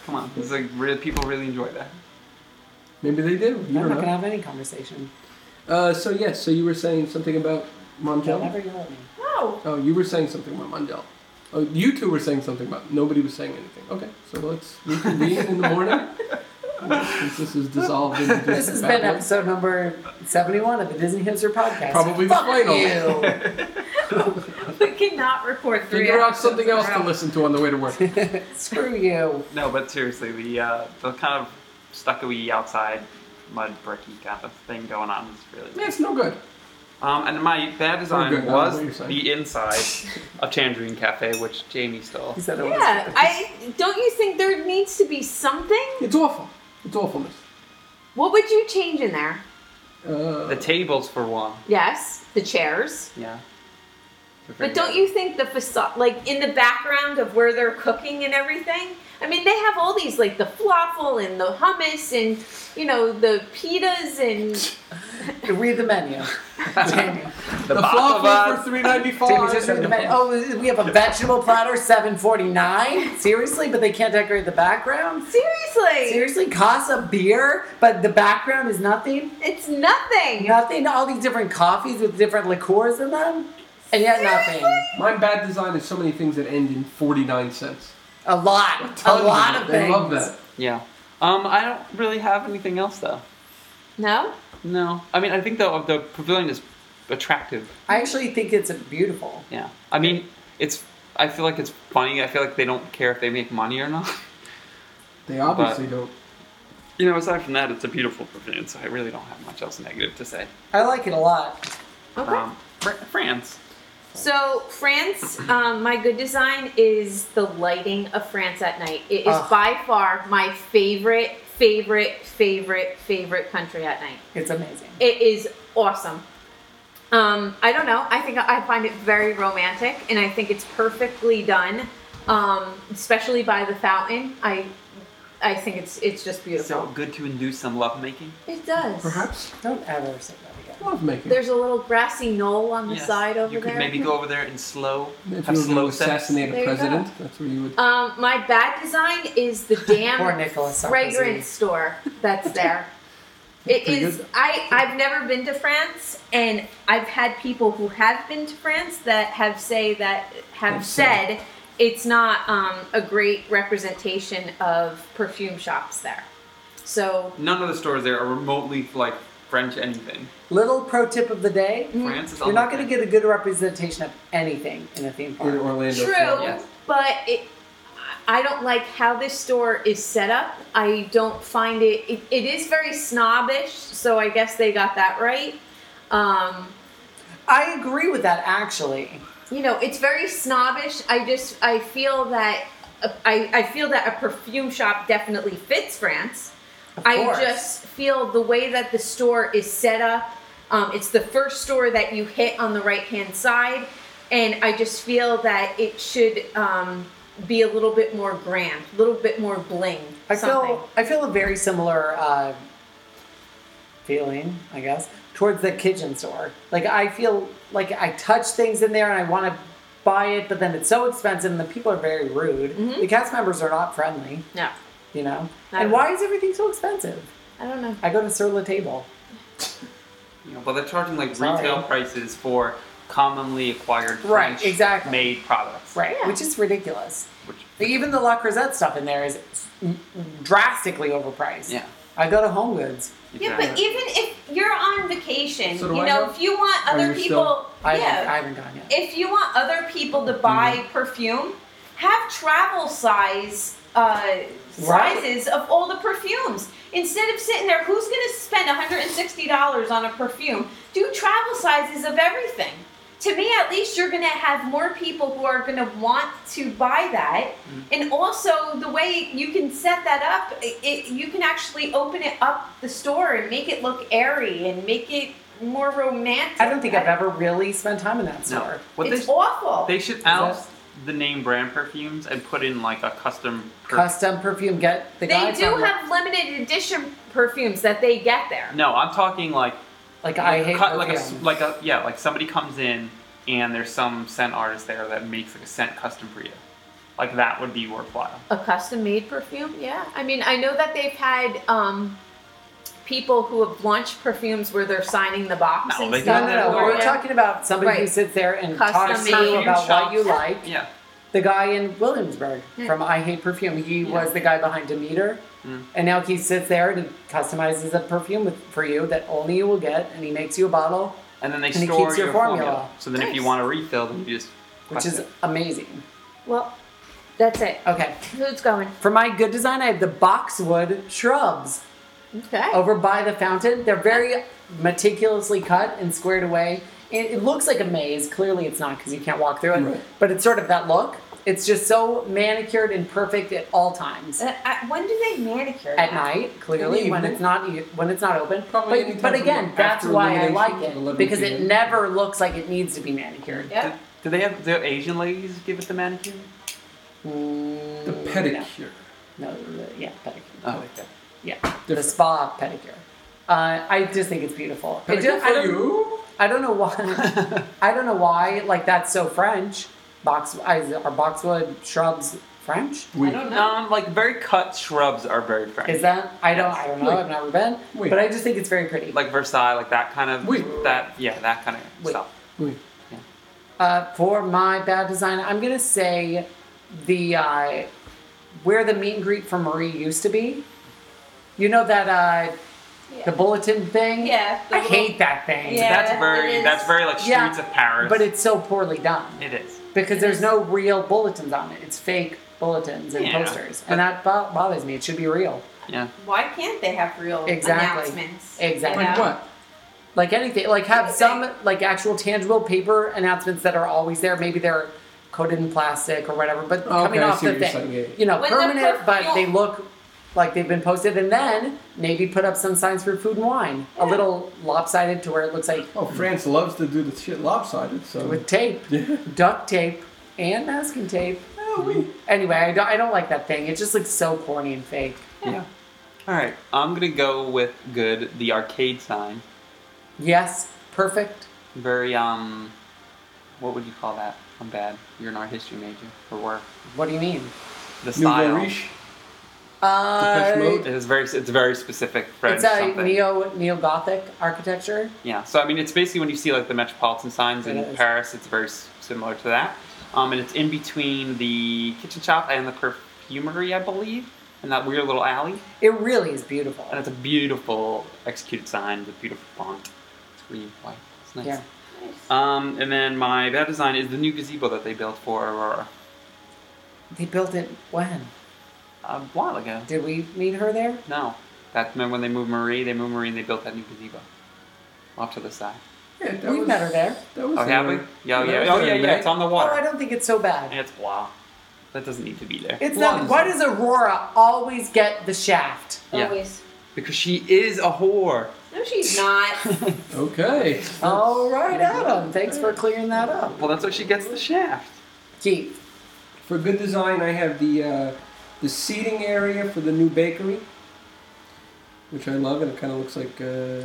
[SPEAKER 2] Come on, it's like real people really enjoy that.
[SPEAKER 4] maybe they do. You
[SPEAKER 1] she is? I'm
[SPEAKER 4] don't
[SPEAKER 1] not gonna
[SPEAKER 4] know.
[SPEAKER 1] have any conversation.
[SPEAKER 4] Uh, so yes. So you were saying something about
[SPEAKER 1] They'll
[SPEAKER 4] Mondale.
[SPEAKER 1] never yell at me.
[SPEAKER 3] No.
[SPEAKER 4] Oh, you were saying something about Mondale. Oh, you two were saying something about. Nobody was saying anything. Okay, so let's reconvene in the morning. Since this is dissolved into just
[SPEAKER 1] This has been
[SPEAKER 4] babbling.
[SPEAKER 1] episode number 71 of the Disney Hipster Podcast.
[SPEAKER 4] Probably the
[SPEAKER 1] Fuck
[SPEAKER 4] final.
[SPEAKER 1] you.
[SPEAKER 3] We cannot record three.
[SPEAKER 4] Figure out
[SPEAKER 3] episodes
[SPEAKER 4] something
[SPEAKER 3] in a
[SPEAKER 4] else to
[SPEAKER 3] row.
[SPEAKER 4] listen to on the way to work.
[SPEAKER 1] Screw you.
[SPEAKER 2] No, but seriously, the uh, the kind of stucco-y outside mud bricky kind of thing going on is really.
[SPEAKER 4] Yeah, it's no good.
[SPEAKER 2] Um, and my bad
[SPEAKER 4] good, I
[SPEAKER 2] design
[SPEAKER 4] know
[SPEAKER 2] was
[SPEAKER 4] what you're saying.
[SPEAKER 2] the inside of Tangerine Cafe, which Jamie stole.
[SPEAKER 1] He said it
[SPEAKER 3] Yeah.
[SPEAKER 1] was.
[SPEAKER 3] I don't you think there needs to be something?
[SPEAKER 4] It's awful. It's awfulness.
[SPEAKER 3] What would you change in there?
[SPEAKER 4] Uh,
[SPEAKER 2] The tables for one.
[SPEAKER 3] Yes, the chairs.
[SPEAKER 2] Yeah.
[SPEAKER 3] But don't you think the facade, like in the background of where they're cooking and everything? I mean, they have all these, like the falafel and the hummus and, you know, the pitas and.
[SPEAKER 1] Read the menu. Jamie.
[SPEAKER 2] the,
[SPEAKER 4] the
[SPEAKER 2] baklava-
[SPEAKER 4] flop for three ninety
[SPEAKER 1] Jamie just read the
[SPEAKER 4] five.
[SPEAKER 1] menu. Oh, we have a vegetable platter, 749 Seriously? But they can't decorate the background?
[SPEAKER 3] Seriously!
[SPEAKER 1] Seriously? Costs a beer, but the background is nothing?
[SPEAKER 3] It's nothing!
[SPEAKER 1] Nothing? All these different coffees with different liqueurs in them? And yet nothing.
[SPEAKER 4] My bad design is so many things that end in forty nine cents.
[SPEAKER 1] A lot. A
[SPEAKER 4] Tons
[SPEAKER 1] lot
[SPEAKER 4] them.
[SPEAKER 1] of
[SPEAKER 4] They
[SPEAKER 1] things.
[SPEAKER 4] love that.
[SPEAKER 2] Yeah. Um, I don't really have anything else though.
[SPEAKER 3] No?
[SPEAKER 2] No. I mean, I think though the pavilion is attractive.
[SPEAKER 1] I actually think it's beautiful.
[SPEAKER 2] Yeah. I mean, it's. I feel like it's funny. I feel like they don't care if they make money or not.
[SPEAKER 4] They obviously don't.
[SPEAKER 2] You know, aside from that, it's a beautiful pavilion, so I really don't have much else negative to say.
[SPEAKER 1] I like it a lot.
[SPEAKER 3] Okay.
[SPEAKER 2] Um, Fr- France.
[SPEAKER 3] So France, um, my good design is the lighting of France at night. It is
[SPEAKER 4] Ah.
[SPEAKER 1] Ugh.
[SPEAKER 3] by far my favorite, favorite, favorite, favorite country at night.
[SPEAKER 1] It's amazing.
[SPEAKER 3] It is awesome. Um, I don't know. I think I find it very romantic, and I think it's perfectly done, um, especially by the fountain. I, I think it's it's just
[SPEAKER 2] So
[SPEAKER 3] beautiful.
[SPEAKER 2] good to induce some lovemaking.
[SPEAKER 3] it does.
[SPEAKER 4] Perhaps
[SPEAKER 1] Don't ever say that again.
[SPEAKER 4] love making.
[SPEAKER 3] There's a little grassy knoll on the
[SPEAKER 2] Yes.
[SPEAKER 3] side over
[SPEAKER 2] You could
[SPEAKER 3] there.
[SPEAKER 2] maybe go over there and slow,
[SPEAKER 4] if
[SPEAKER 2] have
[SPEAKER 4] you were
[SPEAKER 2] slow
[SPEAKER 4] going to
[SPEAKER 2] sex.
[SPEAKER 4] assassinate
[SPEAKER 3] There
[SPEAKER 4] a
[SPEAKER 3] you go.
[SPEAKER 4] president, that's where you would.
[SPEAKER 3] Um, my bad design is the
[SPEAKER 1] Poor
[SPEAKER 3] damn
[SPEAKER 1] Nicholas Sarkozy.
[SPEAKER 3] fragrance store that's there. It
[SPEAKER 4] Pretty
[SPEAKER 3] is.
[SPEAKER 4] good.
[SPEAKER 3] I I've never been to France, and I've had people who have been to France that have say that have
[SPEAKER 4] Have said.
[SPEAKER 3] said it's not um, a great representation of perfume shops there. So
[SPEAKER 2] None of the stores there are remotely like French anything.
[SPEAKER 1] Little pro tip of the day.
[SPEAKER 3] Mm-hmm.
[SPEAKER 2] France is.
[SPEAKER 1] You're not going to get a good representation of anything in a theme
[SPEAKER 4] In
[SPEAKER 1] park.
[SPEAKER 4] Orlando.
[SPEAKER 3] true,
[SPEAKER 4] Florida.
[SPEAKER 2] yes.
[SPEAKER 3] but it. I don't like how this store is set up. I don't find it, it. It is very snobbish, so I guess they got that right. Um,
[SPEAKER 1] I agree with that, actually.
[SPEAKER 3] you know it's very snobbish i just i feel that i, I feel that a perfume shop definitely fits france
[SPEAKER 1] Of
[SPEAKER 3] i
[SPEAKER 1] course.
[SPEAKER 3] just feel the way that the store is set up um, it's the first store that you hit on the right hand side and i just feel that it should um, be a little bit more grand a little bit more bling
[SPEAKER 1] I
[SPEAKER 3] something.
[SPEAKER 1] feel I feel a very similar uh, feeling, I guess, towards the kitchen store. Like I feel like I touch things in there and I want to buy it, but then it's so expensive and the people are very rude. The cast members are not friendly,
[SPEAKER 3] no
[SPEAKER 1] you know.
[SPEAKER 3] Mm-hmm.
[SPEAKER 1] and
[SPEAKER 3] Not at all.
[SPEAKER 1] why is everything so expensive?
[SPEAKER 3] i don't know
[SPEAKER 1] I go to Sur La Table.
[SPEAKER 2] You know, but they're charging like
[SPEAKER 1] Sorry.
[SPEAKER 2] retail prices for commonly acquired
[SPEAKER 1] Right,
[SPEAKER 2] French
[SPEAKER 1] exactly.
[SPEAKER 2] made products.
[SPEAKER 1] Right,
[SPEAKER 3] Yeah.
[SPEAKER 1] which is ridiculous.
[SPEAKER 2] Which,
[SPEAKER 1] Even the La Crozette stuff in there is drastically overpriced.
[SPEAKER 2] yeah.
[SPEAKER 1] I go to Home Goods.
[SPEAKER 3] yeah,
[SPEAKER 2] exactly.
[SPEAKER 3] but even if you're on vacation,
[SPEAKER 4] So do
[SPEAKER 3] you
[SPEAKER 4] I
[SPEAKER 3] know,
[SPEAKER 4] go?
[SPEAKER 3] if you want
[SPEAKER 4] Are
[SPEAKER 3] other
[SPEAKER 4] you
[SPEAKER 3] people,
[SPEAKER 4] still-
[SPEAKER 1] I,
[SPEAKER 3] yeah,
[SPEAKER 1] haven't, I haven't gone yet.
[SPEAKER 3] if you want other people to buy
[SPEAKER 1] Mm-hmm.
[SPEAKER 3] perfume, have travel size uh,
[SPEAKER 1] Right.
[SPEAKER 3] sizes of all the perfumes. Instead of sitting there, who's going to spend $160 on a perfume? Do travel sizes of everything. to me at least you're going to have more people who are going to want to buy that
[SPEAKER 1] Mm-hmm.
[SPEAKER 3] and also the way you can set that up it, it, you can actually open it up the store and make it look airy and make it more romantic
[SPEAKER 1] I don't think I've ever really spent time in that store.
[SPEAKER 2] No. What
[SPEAKER 3] it's
[SPEAKER 2] they,
[SPEAKER 3] awful
[SPEAKER 2] they should out the name brand perfumes and put in like a custom. per-
[SPEAKER 1] Custom perfume, get the
[SPEAKER 3] They
[SPEAKER 1] guy
[SPEAKER 3] do
[SPEAKER 1] from-
[SPEAKER 3] have limited edition perfumes that they get there.
[SPEAKER 2] No, I'm talking like
[SPEAKER 1] like I hate
[SPEAKER 2] cut, like a s-
[SPEAKER 1] perfume.
[SPEAKER 2] like a yeah like somebody comes in and there's some scent artist there that makes like a scent custom for you. Like that would be worthwhile.
[SPEAKER 3] A custom made perfume? Yeah. I mean, I know that they've had um, people who have launched perfumes where they're signing the box
[SPEAKER 2] No,
[SPEAKER 3] and
[SPEAKER 2] Oh, they do
[SPEAKER 3] stuff.
[SPEAKER 1] no, no, no.
[SPEAKER 2] Yeah.
[SPEAKER 1] We're talking about somebody who
[SPEAKER 3] Right.
[SPEAKER 1] sits there and
[SPEAKER 3] Custom
[SPEAKER 1] talks to you
[SPEAKER 3] made.
[SPEAKER 1] about what you
[SPEAKER 2] Shops.
[SPEAKER 1] like.
[SPEAKER 2] Yeah.
[SPEAKER 1] The guy in Williamsburg
[SPEAKER 3] Yeah.
[SPEAKER 1] from I Hate Perfume, he was the guy behind Demeter,
[SPEAKER 2] Mm.
[SPEAKER 1] and now he sits there and customizes a perfume with, for you that only you will get, and he makes you a bottle,
[SPEAKER 2] And then they
[SPEAKER 1] And it
[SPEAKER 2] store
[SPEAKER 1] keeps
[SPEAKER 2] your,
[SPEAKER 1] your
[SPEAKER 2] formula.
[SPEAKER 1] formula.
[SPEAKER 2] So then if you
[SPEAKER 3] Nice.
[SPEAKER 2] want to refill, then you just
[SPEAKER 1] which
[SPEAKER 2] press
[SPEAKER 1] is
[SPEAKER 2] it.
[SPEAKER 1] amazing.
[SPEAKER 3] Well, that's it.
[SPEAKER 1] Okay,
[SPEAKER 3] Who's going?
[SPEAKER 1] for my good design, I have the boxwood shrubs.
[SPEAKER 3] Okay.
[SPEAKER 1] over by the fountain. They're very meticulously cut and squared away. It, it looks like a maze. Clearly, it's not because you can't walk through it.
[SPEAKER 4] Right.
[SPEAKER 1] But it's sort of that look. It's just so manicured and perfect at all times.
[SPEAKER 3] Uh, uh, when do they manicure?
[SPEAKER 1] At
[SPEAKER 3] that?
[SPEAKER 1] night, clearly,
[SPEAKER 4] In the
[SPEAKER 1] when
[SPEAKER 4] evening.
[SPEAKER 1] it's not e- when it's not open.
[SPEAKER 4] Probably
[SPEAKER 1] but,
[SPEAKER 4] anytime
[SPEAKER 1] but
[SPEAKER 4] from
[SPEAKER 1] again,
[SPEAKER 4] after
[SPEAKER 1] that's why I
[SPEAKER 4] illumination
[SPEAKER 1] like
[SPEAKER 4] to 11
[SPEAKER 1] it because it
[SPEAKER 4] p.m.
[SPEAKER 1] never looks like it needs to be manicured.
[SPEAKER 3] Yeah.
[SPEAKER 2] Do they have do Asian ladies give it the manicure?
[SPEAKER 1] Mm,
[SPEAKER 4] The pedicure.
[SPEAKER 1] No, no the- yeah, pedicure.
[SPEAKER 2] Oh, okay.
[SPEAKER 1] Yeah, the
[SPEAKER 4] Different.
[SPEAKER 1] spa pedicure. Uh, I just think it's beautiful. I
[SPEAKER 4] Pedicure
[SPEAKER 1] do- I
[SPEAKER 4] for
[SPEAKER 1] don't-
[SPEAKER 4] you.
[SPEAKER 1] I don't know why. I don't know why. Like that's so French. Box is, are boxwood shrubs French?
[SPEAKER 4] We-
[SPEAKER 3] I don't know.
[SPEAKER 2] Um, like very cut shrubs are very French.
[SPEAKER 1] Is that I don't I don't know. I've never been,
[SPEAKER 4] Wait.
[SPEAKER 1] but I just think it's very pretty.
[SPEAKER 2] like Versailles, like that kind of
[SPEAKER 4] Wait.
[SPEAKER 2] that yeah, that kind of
[SPEAKER 1] Wait.
[SPEAKER 2] stuff.
[SPEAKER 4] Wait.
[SPEAKER 1] Uh, for my bad design, I'm gonna say the uh, where the meet and greet for Marie used to be. You know that uh,
[SPEAKER 3] Yeah.
[SPEAKER 1] the bulletin thing.
[SPEAKER 3] Yeah, the
[SPEAKER 1] I
[SPEAKER 3] little-
[SPEAKER 1] hate that thing.
[SPEAKER 3] Yeah,
[SPEAKER 2] that's
[SPEAKER 3] it
[SPEAKER 2] very
[SPEAKER 3] is.
[SPEAKER 2] that's very like streets
[SPEAKER 1] Yeah,
[SPEAKER 2] of Paris.
[SPEAKER 1] But it's so poorly done.
[SPEAKER 2] it is.
[SPEAKER 1] because
[SPEAKER 3] It
[SPEAKER 1] there's
[SPEAKER 3] is.
[SPEAKER 1] no real bulletins on it. It's fake bulletins and
[SPEAKER 2] Yeah.
[SPEAKER 1] posters, and that bo- bothers me. It should be real,
[SPEAKER 2] Yeah.
[SPEAKER 3] Why can't they have real
[SPEAKER 1] Exactly.
[SPEAKER 3] announcements?
[SPEAKER 1] Exactly.
[SPEAKER 4] Like
[SPEAKER 3] Yeah.
[SPEAKER 4] what?
[SPEAKER 1] like anything. Like have some like actual tangible paper announcements that are always there. Maybe they're coated in plastic or whatever, but coming
[SPEAKER 4] I
[SPEAKER 1] off
[SPEAKER 4] see
[SPEAKER 1] the
[SPEAKER 4] what you're
[SPEAKER 1] thing,
[SPEAKER 4] saying, yeah.
[SPEAKER 1] you know,
[SPEAKER 3] When the
[SPEAKER 1] permanent, but
[SPEAKER 3] perfume-
[SPEAKER 1] they look like they've been posted. And then maybe put up some signs for food and wine, a
[SPEAKER 3] Yeah.
[SPEAKER 1] little lopsided to where it looks like
[SPEAKER 4] Oh, France loves to do the shit lopsided, so.
[SPEAKER 1] with tape,
[SPEAKER 4] Yeah.
[SPEAKER 1] duct tape, and masking tape.
[SPEAKER 4] Oh, we-
[SPEAKER 1] Anyway, I don't, I don't like that thing. It just looks so corny and fake.
[SPEAKER 2] Yeah. All right, I'm gonna go with good the arcade sign.
[SPEAKER 1] Yes, perfect.
[SPEAKER 2] Very um, what would you call that? I'm bad. You're an art history major or were.
[SPEAKER 1] What do you mean?
[SPEAKER 2] The
[SPEAKER 4] Nouveau
[SPEAKER 2] style.
[SPEAKER 4] Riche.
[SPEAKER 1] Uh,
[SPEAKER 4] Mode?
[SPEAKER 2] It is very it's very specific French
[SPEAKER 1] it's a
[SPEAKER 2] something.
[SPEAKER 1] neo neo gothic architecture.
[SPEAKER 2] Yeah, so I mean, it's basically when you see like the metropolitan signs in
[SPEAKER 1] It is.
[SPEAKER 2] Paris, it's very s- similar to that. Um, and it's in between the kitchen shop and the perfumery, I believe, in that weird little alley.
[SPEAKER 1] It really is beautiful.
[SPEAKER 2] And it's a beautiful executed sign with beautiful font. It's green, white. It's nice.
[SPEAKER 1] Yeah.
[SPEAKER 2] Um, and then my bad design is the new gazebo that they built for Aurora
[SPEAKER 1] They built it when?
[SPEAKER 2] a while ago.
[SPEAKER 1] Did we meet her there?
[SPEAKER 2] No, that remember when they moved Marie? They moved Marie and they built that new gazebo off to the side.
[SPEAKER 4] Yeah, that
[SPEAKER 1] We've
[SPEAKER 4] was,
[SPEAKER 1] met her there.
[SPEAKER 4] That was
[SPEAKER 2] Oh, have we?
[SPEAKER 4] there.
[SPEAKER 2] Yeah, oh,
[SPEAKER 4] That
[SPEAKER 2] yeah,
[SPEAKER 4] was
[SPEAKER 2] oh
[SPEAKER 4] there,
[SPEAKER 2] yeah, yeah.
[SPEAKER 4] right?
[SPEAKER 2] It's on the
[SPEAKER 1] Oh,
[SPEAKER 2] water.
[SPEAKER 1] I don't think it's so bad.
[SPEAKER 2] It's wow. That doesn't need to be there.
[SPEAKER 1] It's
[SPEAKER 4] Well,
[SPEAKER 1] not. Why does Aurora always get the shaft?
[SPEAKER 2] Yeah.
[SPEAKER 3] Always.
[SPEAKER 2] Because she is a whore.
[SPEAKER 3] No, she's not.
[SPEAKER 4] Okay.
[SPEAKER 1] All right, Adam. Thanks for clearing that up.
[SPEAKER 2] Well, that's why she gets the shaft.
[SPEAKER 1] Keith.
[SPEAKER 4] For good design, I have the uh, the seating area for the new bakery, which I love, and it kind of looks like uh,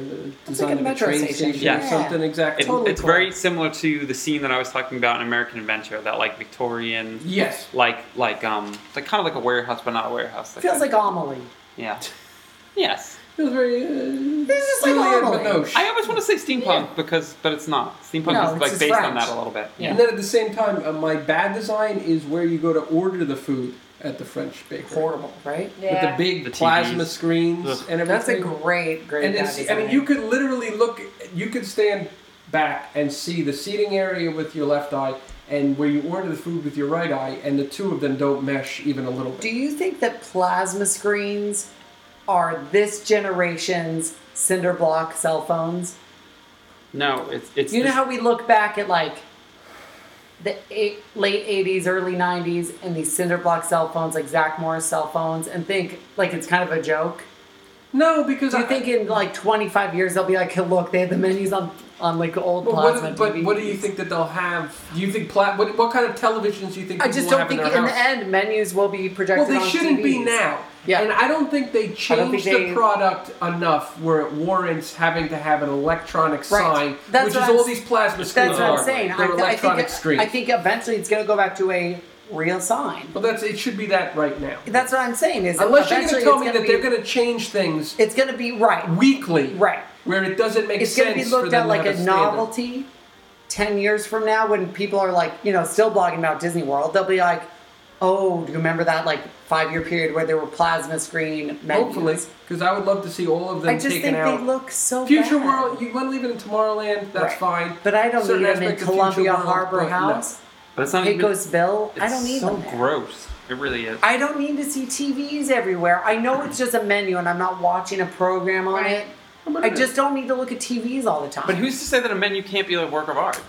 [SPEAKER 4] design of a
[SPEAKER 1] metro
[SPEAKER 4] train
[SPEAKER 1] station.
[SPEAKER 4] station or
[SPEAKER 1] Yeah.
[SPEAKER 4] something. Exactly.
[SPEAKER 2] It-
[SPEAKER 1] Totally
[SPEAKER 2] it's
[SPEAKER 1] cool.
[SPEAKER 2] very similar to the scene that I was talking about in American Adventure, that like Victorian,
[SPEAKER 4] Yes.
[SPEAKER 2] like like um, it's like kind of like a warehouse, but not a warehouse.
[SPEAKER 1] It feels like Amelie.
[SPEAKER 2] yeah, yes.
[SPEAKER 4] It was very. Uh,
[SPEAKER 1] This is like
[SPEAKER 4] Juliette
[SPEAKER 1] Amelie.
[SPEAKER 4] Binoche.
[SPEAKER 2] I always want to say steampunk because, but it's not. Steampunk
[SPEAKER 1] No,
[SPEAKER 2] is
[SPEAKER 1] it's
[SPEAKER 2] like
[SPEAKER 1] just
[SPEAKER 2] based on
[SPEAKER 1] French.
[SPEAKER 2] that a little bit.
[SPEAKER 1] Yeah.
[SPEAKER 4] And then at the same time, uh, my bad design is where you go to order the food at the French bakery
[SPEAKER 1] Horrible, right?
[SPEAKER 4] with the
[SPEAKER 3] Yeah.
[SPEAKER 4] big
[SPEAKER 2] The TVs.
[SPEAKER 4] plasma screens
[SPEAKER 2] Ugh.
[SPEAKER 4] and everything.
[SPEAKER 1] That's a great, great.
[SPEAKER 4] And
[SPEAKER 1] bad
[SPEAKER 4] it's, I mean,
[SPEAKER 1] design.
[SPEAKER 4] you could literally look, you could stand back and see the seating area with your left eye and where you order the food with your right eye, and the two of them don't mesh even a little
[SPEAKER 1] Do
[SPEAKER 4] bit.
[SPEAKER 1] you think that plasma screens are this generation's cinder block cell phones?
[SPEAKER 2] No, it's it's
[SPEAKER 1] You know
[SPEAKER 2] this-
[SPEAKER 1] how we look back at like the eight, late 80s, early 90s, and these cinder block cell phones, like Zach Morris cell phones, and think like it's kind of a joke?
[SPEAKER 4] No, because
[SPEAKER 1] Do
[SPEAKER 4] I
[SPEAKER 1] you think in like 25 years they'll be like, "Hey, look, they had the menus on on like old
[SPEAKER 4] But
[SPEAKER 1] plasma
[SPEAKER 4] what, but
[SPEAKER 1] TVs."
[SPEAKER 4] what do you think that they'll have? Do you think plat? What, what kind of televisions do you think?
[SPEAKER 1] I
[SPEAKER 4] people
[SPEAKER 1] just
[SPEAKER 4] will
[SPEAKER 1] don't
[SPEAKER 4] have
[SPEAKER 1] think
[SPEAKER 4] in,
[SPEAKER 1] in
[SPEAKER 4] their
[SPEAKER 1] the
[SPEAKER 4] house?
[SPEAKER 1] end menus will be projected.
[SPEAKER 4] Well, they
[SPEAKER 1] on
[SPEAKER 4] shouldn't be
[SPEAKER 1] TVs.
[SPEAKER 4] now.
[SPEAKER 1] Yeah.
[SPEAKER 4] And I don't think they
[SPEAKER 1] don't
[SPEAKER 4] changed
[SPEAKER 1] think they-
[SPEAKER 4] the product enough where it warrants having to have an electronic sign,
[SPEAKER 1] That's
[SPEAKER 4] which
[SPEAKER 1] what
[SPEAKER 4] is
[SPEAKER 1] I'm
[SPEAKER 4] all
[SPEAKER 1] s-
[SPEAKER 4] these plasma screens
[SPEAKER 1] That's what
[SPEAKER 4] are.
[SPEAKER 1] I'm saying. I,
[SPEAKER 4] They're
[SPEAKER 1] I think
[SPEAKER 4] electronic
[SPEAKER 1] it-
[SPEAKER 4] screens.
[SPEAKER 1] I think eventually it's going to go back to a real sign.
[SPEAKER 4] Well, that's it. Should be that right now.
[SPEAKER 1] That's what I'm saying. Is
[SPEAKER 4] Unless you're going to
[SPEAKER 1] eventually
[SPEAKER 4] tell
[SPEAKER 1] it's
[SPEAKER 4] me
[SPEAKER 1] gonna
[SPEAKER 4] that
[SPEAKER 1] be,
[SPEAKER 4] they're going to change things
[SPEAKER 1] it's going to be right.
[SPEAKER 4] weekly,
[SPEAKER 1] Right.
[SPEAKER 4] Where it doesn't make
[SPEAKER 1] It's
[SPEAKER 4] sense
[SPEAKER 1] going to be
[SPEAKER 4] for
[SPEAKER 1] looked
[SPEAKER 4] them
[SPEAKER 1] at
[SPEAKER 4] to
[SPEAKER 1] like
[SPEAKER 4] have
[SPEAKER 1] a
[SPEAKER 4] standard.
[SPEAKER 1] novelty. Ten years from now, when people are like, you know, still blogging about Disney World, they'll be like, "Oh, do you remember that like five-year period where there were plasma screen menus?"
[SPEAKER 4] Hopefully, because I would love to see all of them
[SPEAKER 1] I just
[SPEAKER 4] taken
[SPEAKER 1] think
[SPEAKER 4] out.
[SPEAKER 1] they look so
[SPEAKER 4] Future
[SPEAKER 1] bad.
[SPEAKER 4] World, you want to leave it in Tomorrowland, that's
[SPEAKER 1] Right.
[SPEAKER 4] fine.
[SPEAKER 1] But I don't
[SPEAKER 4] Certain
[SPEAKER 1] need them in
[SPEAKER 4] aspects of Future
[SPEAKER 1] Columbia
[SPEAKER 4] World,
[SPEAKER 1] Harbor
[SPEAKER 4] but no.
[SPEAKER 1] House,
[SPEAKER 2] But it's not even.
[SPEAKER 1] Pecosville.
[SPEAKER 2] It's
[SPEAKER 1] I don't need
[SPEAKER 2] so
[SPEAKER 1] them. there.
[SPEAKER 2] gross. It really is.
[SPEAKER 1] I don't need to see TVs everywhere. I know it's just a menu and I'm not watching a program on
[SPEAKER 3] Right.
[SPEAKER 1] it. I just don't need to look at TVs all the time.
[SPEAKER 2] but who's to say that a menu can't be a work of art?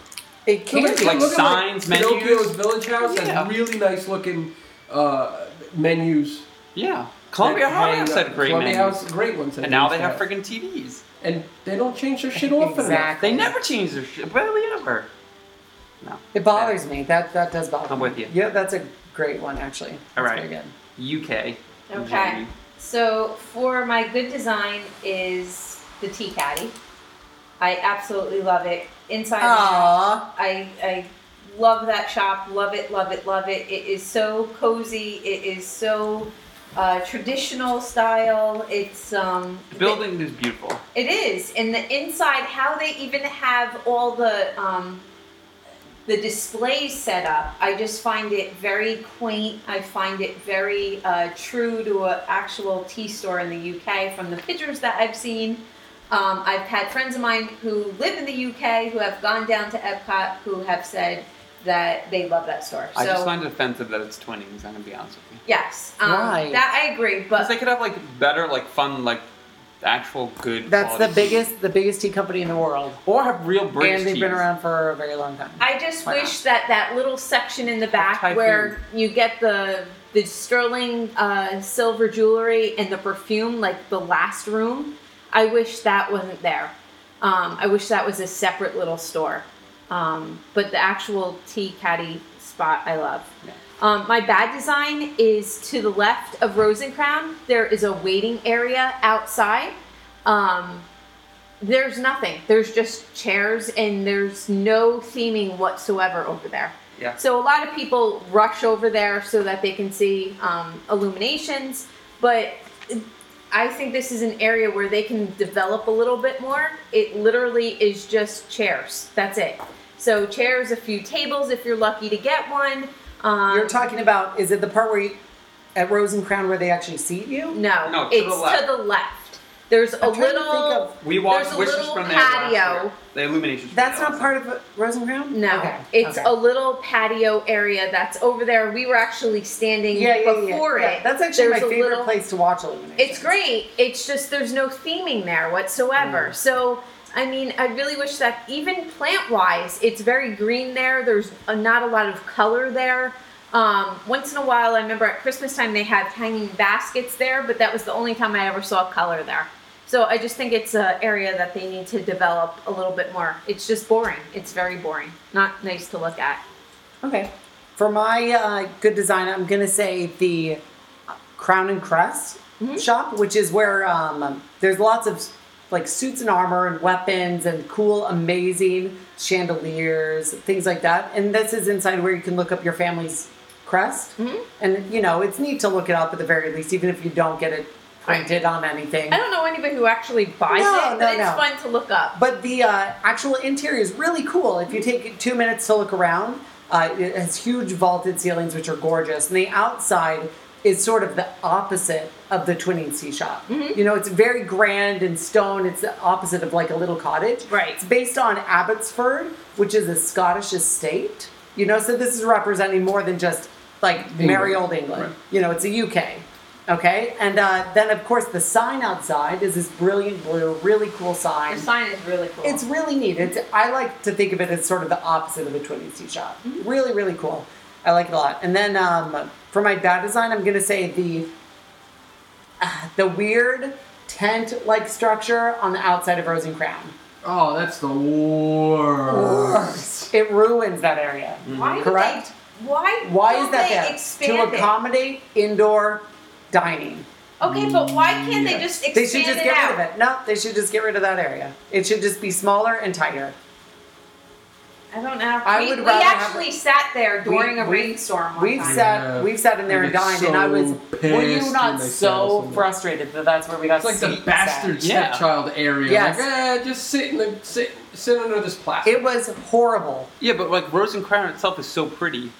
[SPEAKER 1] it
[SPEAKER 4] Look
[SPEAKER 1] can't
[SPEAKER 4] at-
[SPEAKER 1] be
[SPEAKER 2] like
[SPEAKER 4] look at,
[SPEAKER 2] signs, menus?
[SPEAKER 4] Pinocchio's Village House
[SPEAKER 2] Yeah.
[SPEAKER 4] has really nice looking uh, menus.
[SPEAKER 2] Yeah. Columbia
[SPEAKER 4] that
[SPEAKER 2] Harbor
[SPEAKER 4] hang
[SPEAKER 2] House
[SPEAKER 4] up.
[SPEAKER 2] had great
[SPEAKER 4] Columbia
[SPEAKER 2] menus.
[SPEAKER 4] House, great ones. that
[SPEAKER 2] and now
[SPEAKER 4] used
[SPEAKER 2] they
[SPEAKER 4] to
[SPEAKER 2] have freaking TVs.
[SPEAKER 4] And they don't change their shit often enough.
[SPEAKER 1] Exactly.
[SPEAKER 2] They never change their shit. Barely ever. No.
[SPEAKER 1] It bothers me. That that does bother me.
[SPEAKER 2] I'm with you.
[SPEAKER 1] Yeah, that's a great one actually. That's
[SPEAKER 2] All right.
[SPEAKER 1] very good.
[SPEAKER 2] UK.
[SPEAKER 3] Okay. So for my good design is the tea caddy. I absolutely love it. Inside and out.
[SPEAKER 1] Aww.
[SPEAKER 3] I I love that shop. Love it. Love it. Love it. It is so cozy. It is so uh, traditional style. It's um
[SPEAKER 2] The building is beautiful.
[SPEAKER 3] it is, and the inside, how they even have all the um, the displays set up, I just find it very quaint. I find it very uh, true to an actual tea store in the UK from the pictures that I've seen. Um, I've had friends of mine who live in the UK who have gone down to Epcot who have said that they love that store.
[SPEAKER 2] I
[SPEAKER 3] so
[SPEAKER 2] just find it offensive that it's twinnings, I'm gonna be honest with you.
[SPEAKER 3] yes, um,
[SPEAKER 1] Why?
[SPEAKER 3] that I agree.
[SPEAKER 2] Because
[SPEAKER 3] But
[SPEAKER 2] they could have like better, like fun, like actual good
[SPEAKER 1] That's the
[SPEAKER 2] quality tea.
[SPEAKER 1] biggest the biggest tea company in the world.
[SPEAKER 2] Or have real British
[SPEAKER 1] and they've
[SPEAKER 2] teas.
[SPEAKER 1] been around for a very long time.
[SPEAKER 3] I just
[SPEAKER 2] Why not?
[SPEAKER 3] wish that that little section in the back
[SPEAKER 2] Typhoon.
[SPEAKER 3] where you get the the sterling uh, silver jewelry and the perfume, like the last room, I wish that wasn't there. Um, I wish that was a separate little store. Um, but the actual tea caddy spot, I love. Um, my bad design is to the left of Rosencrown. There is a waiting area outside. Um, there's nothing. There's just chairs and there's no theming whatsoever over there.
[SPEAKER 2] Yeah.
[SPEAKER 3] So a lot of people rush over there so that they can see um, illuminations, but I think this is an area where they can develop a little bit more. It literally is just chairs. That's it. So chairs, a few tables if you're lucky to get one. Um,
[SPEAKER 1] You're talking about is it the part where you at Rose and Crown where they actually seat you?
[SPEAKER 3] no,
[SPEAKER 2] No, to the
[SPEAKER 3] it's
[SPEAKER 2] left.
[SPEAKER 3] to the left. There's a
[SPEAKER 1] I'm trying to
[SPEAKER 3] little.
[SPEAKER 1] think of-
[SPEAKER 2] We watched
[SPEAKER 3] There's a
[SPEAKER 2] Wishes
[SPEAKER 3] little
[SPEAKER 2] from there last
[SPEAKER 3] patio.
[SPEAKER 2] year. The illuminations.
[SPEAKER 1] That's not part of Rosencrown?
[SPEAKER 3] No,
[SPEAKER 1] Okay,
[SPEAKER 3] it's
[SPEAKER 1] okay.
[SPEAKER 3] a little patio area that's over there. We were actually standing
[SPEAKER 1] yeah, yeah, yeah,
[SPEAKER 3] before
[SPEAKER 1] yeah.
[SPEAKER 3] it.
[SPEAKER 1] That's actually
[SPEAKER 3] There's
[SPEAKER 1] my
[SPEAKER 3] a
[SPEAKER 1] favorite
[SPEAKER 3] little-
[SPEAKER 1] place to watch Illumination.
[SPEAKER 3] It's great. It's just there's no theming there
[SPEAKER 1] Mm.
[SPEAKER 3] whatsoever. So I mean, I really wish that even plant wise, it's very green there. There's uh, not a lot of color there. Um, once in a while, I remember at Christmas time they had hanging baskets there, but that was the only time I ever saw color there. So I just think it's an area that they need to develop a little bit more. It's just boring. It's very boring. Not nice to look at.
[SPEAKER 1] Okay. For my uh, good design, I'm gonna say the Crown and Crest shop, which is where um, there's lots of like suits and armor and weapons and cool, amazing chandeliers, things like that. And this is inside where you can look up your family's crest, and you know it's neat to look it up at the very least, even if you don't get it printed on anything.
[SPEAKER 3] I don't know anybody who actually buys
[SPEAKER 1] No,
[SPEAKER 3] it,
[SPEAKER 1] no,
[SPEAKER 3] but it's
[SPEAKER 1] no.
[SPEAKER 3] fun to look up.
[SPEAKER 1] But the uh, actual interior is really cool. If you take two minutes to look around, uh, it has huge vaulted ceilings, which are gorgeous. And the outside is sort of the opposite of the Twinning Sea Shop. You know, it's very grand and stone. It's the opposite of like a little cottage.
[SPEAKER 3] Right.
[SPEAKER 1] It's based on Abbotsford, which is a Scottish estate. You know, so this is representing more than just like merry
[SPEAKER 4] England.
[SPEAKER 1] old England.
[SPEAKER 4] Right.
[SPEAKER 1] You know, it's a UK. Okay, and uh, then of course the sign outside is this brilliant blue, really cool sign.
[SPEAKER 3] The sign is really cool.
[SPEAKER 1] It's really neat. It's I like to think of it as sort of the opposite of a Twinnies tea shop.
[SPEAKER 3] Mm-hmm.
[SPEAKER 1] Really, really cool. I like it a lot. And then um, for my bad design, I'm gonna say the ah, the weird tent-like structure on the outside of Rose and Crown.
[SPEAKER 4] Oh, that's the worst.
[SPEAKER 1] It ruins that area.
[SPEAKER 3] why do
[SPEAKER 1] Correct.
[SPEAKER 3] They, why?
[SPEAKER 1] Why is
[SPEAKER 3] Mm. don't
[SPEAKER 1] that
[SPEAKER 3] they
[SPEAKER 1] there?
[SPEAKER 3] Expand
[SPEAKER 1] to
[SPEAKER 3] it?
[SPEAKER 1] accommodate indoor dining.
[SPEAKER 3] Okay, but why can't they just expand
[SPEAKER 1] They should just
[SPEAKER 3] it
[SPEAKER 1] get
[SPEAKER 3] out?
[SPEAKER 1] rid of it. No, they should just get rid of that area. It should just be smaller and tighter.
[SPEAKER 3] I don't know.
[SPEAKER 1] I
[SPEAKER 3] we,
[SPEAKER 1] would
[SPEAKER 3] we
[SPEAKER 1] rather have
[SPEAKER 3] actually sat there during
[SPEAKER 1] We-
[SPEAKER 3] a
[SPEAKER 1] we-
[SPEAKER 3] rainstorm. one
[SPEAKER 1] We've
[SPEAKER 3] time.
[SPEAKER 1] sat,
[SPEAKER 4] Yeah.
[SPEAKER 1] we've sat in there
[SPEAKER 4] I
[SPEAKER 1] and
[SPEAKER 4] get
[SPEAKER 1] dined, and I
[SPEAKER 4] so
[SPEAKER 1] was. Were you
[SPEAKER 4] pissed when
[SPEAKER 1] not
[SPEAKER 4] they said
[SPEAKER 1] so
[SPEAKER 4] something.
[SPEAKER 1] frustrated that that's where we got?
[SPEAKER 4] It's like the
[SPEAKER 1] seats
[SPEAKER 4] bastard
[SPEAKER 2] Yeah.
[SPEAKER 4] stepchild area.
[SPEAKER 1] Yes.
[SPEAKER 4] Like, eh, just sit in the sit sit under this
[SPEAKER 1] at.
[SPEAKER 4] plastic.
[SPEAKER 1] It was horrible.
[SPEAKER 2] Yeah, but like Rose and Crown itself is so pretty,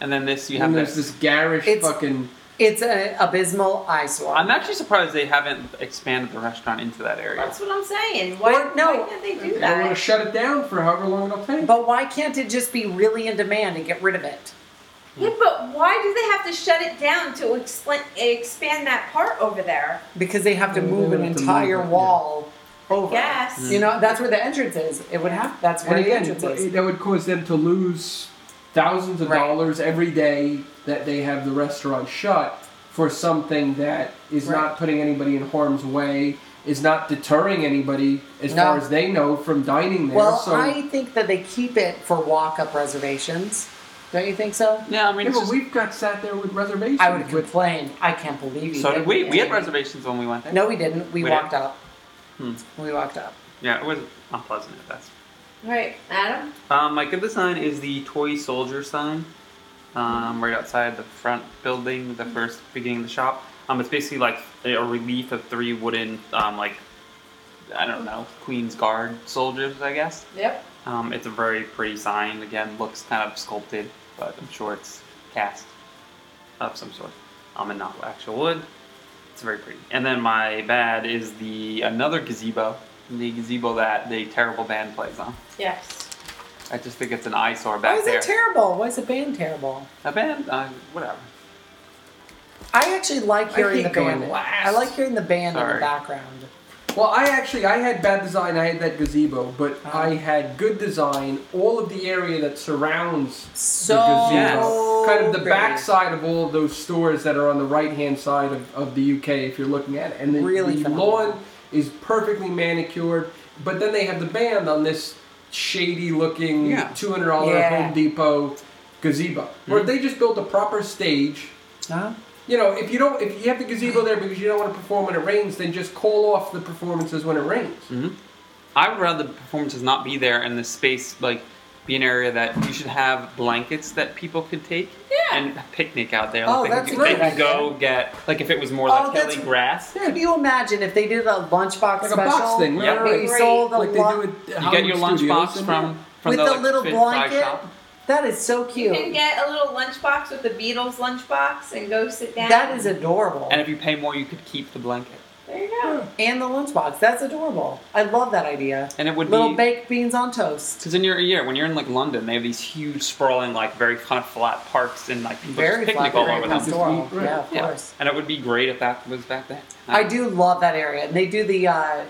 [SPEAKER 2] and then this you have
[SPEAKER 4] and there's
[SPEAKER 2] this.
[SPEAKER 4] this garish
[SPEAKER 1] It's-
[SPEAKER 4] fucking.
[SPEAKER 1] It's an abysmal eyesore.
[SPEAKER 2] I'm actually surprised they haven't expanded the restaurant into that area.
[SPEAKER 3] That's what I'm saying. Why,
[SPEAKER 1] Or- no.
[SPEAKER 3] why can't they
[SPEAKER 4] They
[SPEAKER 3] do
[SPEAKER 4] want to
[SPEAKER 3] that?
[SPEAKER 4] shut it down for however long it'll take.
[SPEAKER 1] but why can't it just be really in demand and get rid of it?
[SPEAKER 3] Yeah, but why do they have to shut it down to expl- expand that part over there?
[SPEAKER 1] Because they have to
[SPEAKER 4] They
[SPEAKER 1] move
[SPEAKER 4] would
[SPEAKER 1] an
[SPEAKER 4] have to
[SPEAKER 1] entire
[SPEAKER 4] move it, yeah.
[SPEAKER 1] wall over.
[SPEAKER 3] Yes.
[SPEAKER 1] You know that's where the entrance is. It would have. That's where
[SPEAKER 4] and
[SPEAKER 1] the
[SPEAKER 4] again,
[SPEAKER 1] entrance is.
[SPEAKER 4] that would cause them to lose thousands of
[SPEAKER 1] Right.
[SPEAKER 4] dollars every day that they have the restaurant shut for something that is
[SPEAKER 1] Right.
[SPEAKER 4] not putting anybody in harm's way, is not deterring anybody as
[SPEAKER 1] No.
[SPEAKER 4] far as they know from dining there.
[SPEAKER 1] Well,
[SPEAKER 4] so
[SPEAKER 1] I think that they keep it for walk-up reservations. Don't you think so?
[SPEAKER 2] Yeah, I mean,
[SPEAKER 4] Yeah,
[SPEAKER 2] it's
[SPEAKER 4] but
[SPEAKER 2] just,
[SPEAKER 4] we've got sat there with reservations.
[SPEAKER 1] I would
[SPEAKER 4] with
[SPEAKER 1] complain. I can't believe you.
[SPEAKER 2] so did
[SPEAKER 1] did
[SPEAKER 2] we.
[SPEAKER 1] that.
[SPEAKER 2] We had reservations when we went there.
[SPEAKER 1] No, we didn't. We,
[SPEAKER 2] We
[SPEAKER 1] walked
[SPEAKER 2] didn't?
[SPEAKER 1] up.
[SPEAKER 2] Hmm.
[SPEAKER 1] We walked up.
[SPEAKER 2] Yeah, it was unpleasant. If that's
[SPEAKER 3] Right, Adam?
[SPEAKER 2] Um, my good design is the toy soldier sign, um, right outside the front building, the first beginning of the shop. Um, it's basically like a relief of three wooden, um, like I don't know, Queen's Guard soldiers, I guess.
[SPEAKER 3] Yep.
[SPEAKER 2] Um, it's a very pretty sign. Again, looks kind of sculpted, but I'm sure it's cast of some sort, um, and not actual wood. It's very pretty. And then my bad is the another gazebo, the gazebo that the terrible band plays on.
[SPEAKER 3] Yes.
[SPEAKER 2] I just think it's an eyesore
[SPEAKER 1] Why
[SPEAKER 2] back
[SPEAKER 1] Oh, is
[SPEAKER 2] there.
[SPEAKER 1] it terrible? Why is the band terrible?
[SPEAKER 2] a band, uh, whatever.
[SPEAKER 1] I actually like
[SPEAKER 4] I
[SPEAKER 1] hearing
[SPEAKER 4] hate
[SPEAKER 1] the band.
[SPEAKER 4] going last.
[SPEAKER 1] I like hearing the band in the
[SPEAKER 2] Sorry.
[SPEAKER 1] background.
[SPEAKER 4] Well, I actually I had bad design. I had that gazebo, but
[SPEAKER 1] Oh.
[SPEAKER 4] I had good design. All of the area that surrounds
[SPEAKER 1] So
[SPEAKER 4] the gazebo,
[SPEAKER 2] Yes.
[SPEAKER 4] kind of the
[SPEAKER 1] pretty.
[SPEAKER 4] backside of all of those stores that are on the right hand side of, of the UK, if you're looking at it, and the,
[SPEAKER 1] Really
[SPEAKER 4] the
[SPEAKER 1] phenomenal.
[SPEAKER 4] lawn is perfectly manicured. But then they have the band on this shady looking
[SPEAKER 2] Yeah. Hmm.
[SPEAKER 4] two hundred dollar
[SPEAKER 1] Yeah.
[SPEAKER 4] Home Depot gazebo, where they just built a proper stage.
[SPEAKER 1] Huh?
[SPEAKER 4] You know, if you don't, if you have the gazebo there because you don't want to perform when it rains, then just call off the performances when it rains.
[SPEAKER 2] Mm. I would rather the performances not be there and the space like be an area that you should have blankets that people could take
[SPEAKER 3] Yeah.
[SPEAKER 2] and picnic out there.
[SPEAKER 1] Oh,
[SPEAKER 2] like,
[SPEAKER 1] that's
[SPEAKER 2] they
[SPEAKER 1] a
[SPEAKER 2] could, they
[SPEAKER 1] great
[SPEAKER 2] could
[SPEAKER 1] idea.
[SPEAKER 2] go get like if it was more
[SPEAKER 1] Oh,
[SPEAKER 2] like
[SPEAKER 1] that's-
[SPEAKER 2] hilly grass.
[SPEAKER 1] Could you imagine if they did a lunchbox
[SPEAKER 4] Like
[SPEAKER 1] special?
[SPEAKER 4] a box thing, right?
[SPEAKER 2] Yep.
[SPEAKER 4] right,
[SPEAKER 1] Where
[SPEAKER 4] right.
[SPEAKER 1] you
[SPEAKER 3] Great.
[SPEAKER 1] sold a
[SPEAKER 4] Like they
[SPEAKER 1] lun-
[SPEAKER 4] do at
[SPEAKER 2] You get your lunchbox from from
[SPEAKER 1] with
[SPEAKER 2] the,
[SPEAKER 1] a
[SPEAKER 2] like,
[SPEAKER 1] little
[SPEAKER 2] fish fry
[SPEAKER 1] blanket.
[SPEAKER 2] shop.
[SPEAKER 1] That is so
[SPEAKER 3] You
[SPEAKER 1] cute.
[SPEAKER 3] can get a little lunchbox with the Beatles lunchbox and go sit down.
[SPEAKER 1] That is adorable.
[SPEAKER 2] And if you pay more, you could keep the blanket,
[SPEAKER 3] There you go.
[SPEAKER 1] And the lunchbox. That's adorable. I love that idea.
[SPEAKER 2] and it would
[SPEAKER 1] Little
[SPEAKER 2] be.
[SPEAKER 1] baked beans on toast.
[SPEAKER 2] because in your year, when you're in like London, they have these huge, sprawling, like very kind of flat parks and like people
[SPEAKER 1] Very
[SPEAKER 2] just picnic
[SPEAKER 1] flat,
[SPEAKER 2] all
[SPEAKER 1] very
[SPEAKER 2] over them.
[SPEAKER 1] pastoral.
[SPEAKER 4] Right.
[SPEAKER 1] Yeah, of
[SPEAKER 2] Yeah.
[SPEAKER 1] course.
[SPEAKER 2] And it would be great if that was back there.
[SPEAKER 1] I do love that area, and they do the uh,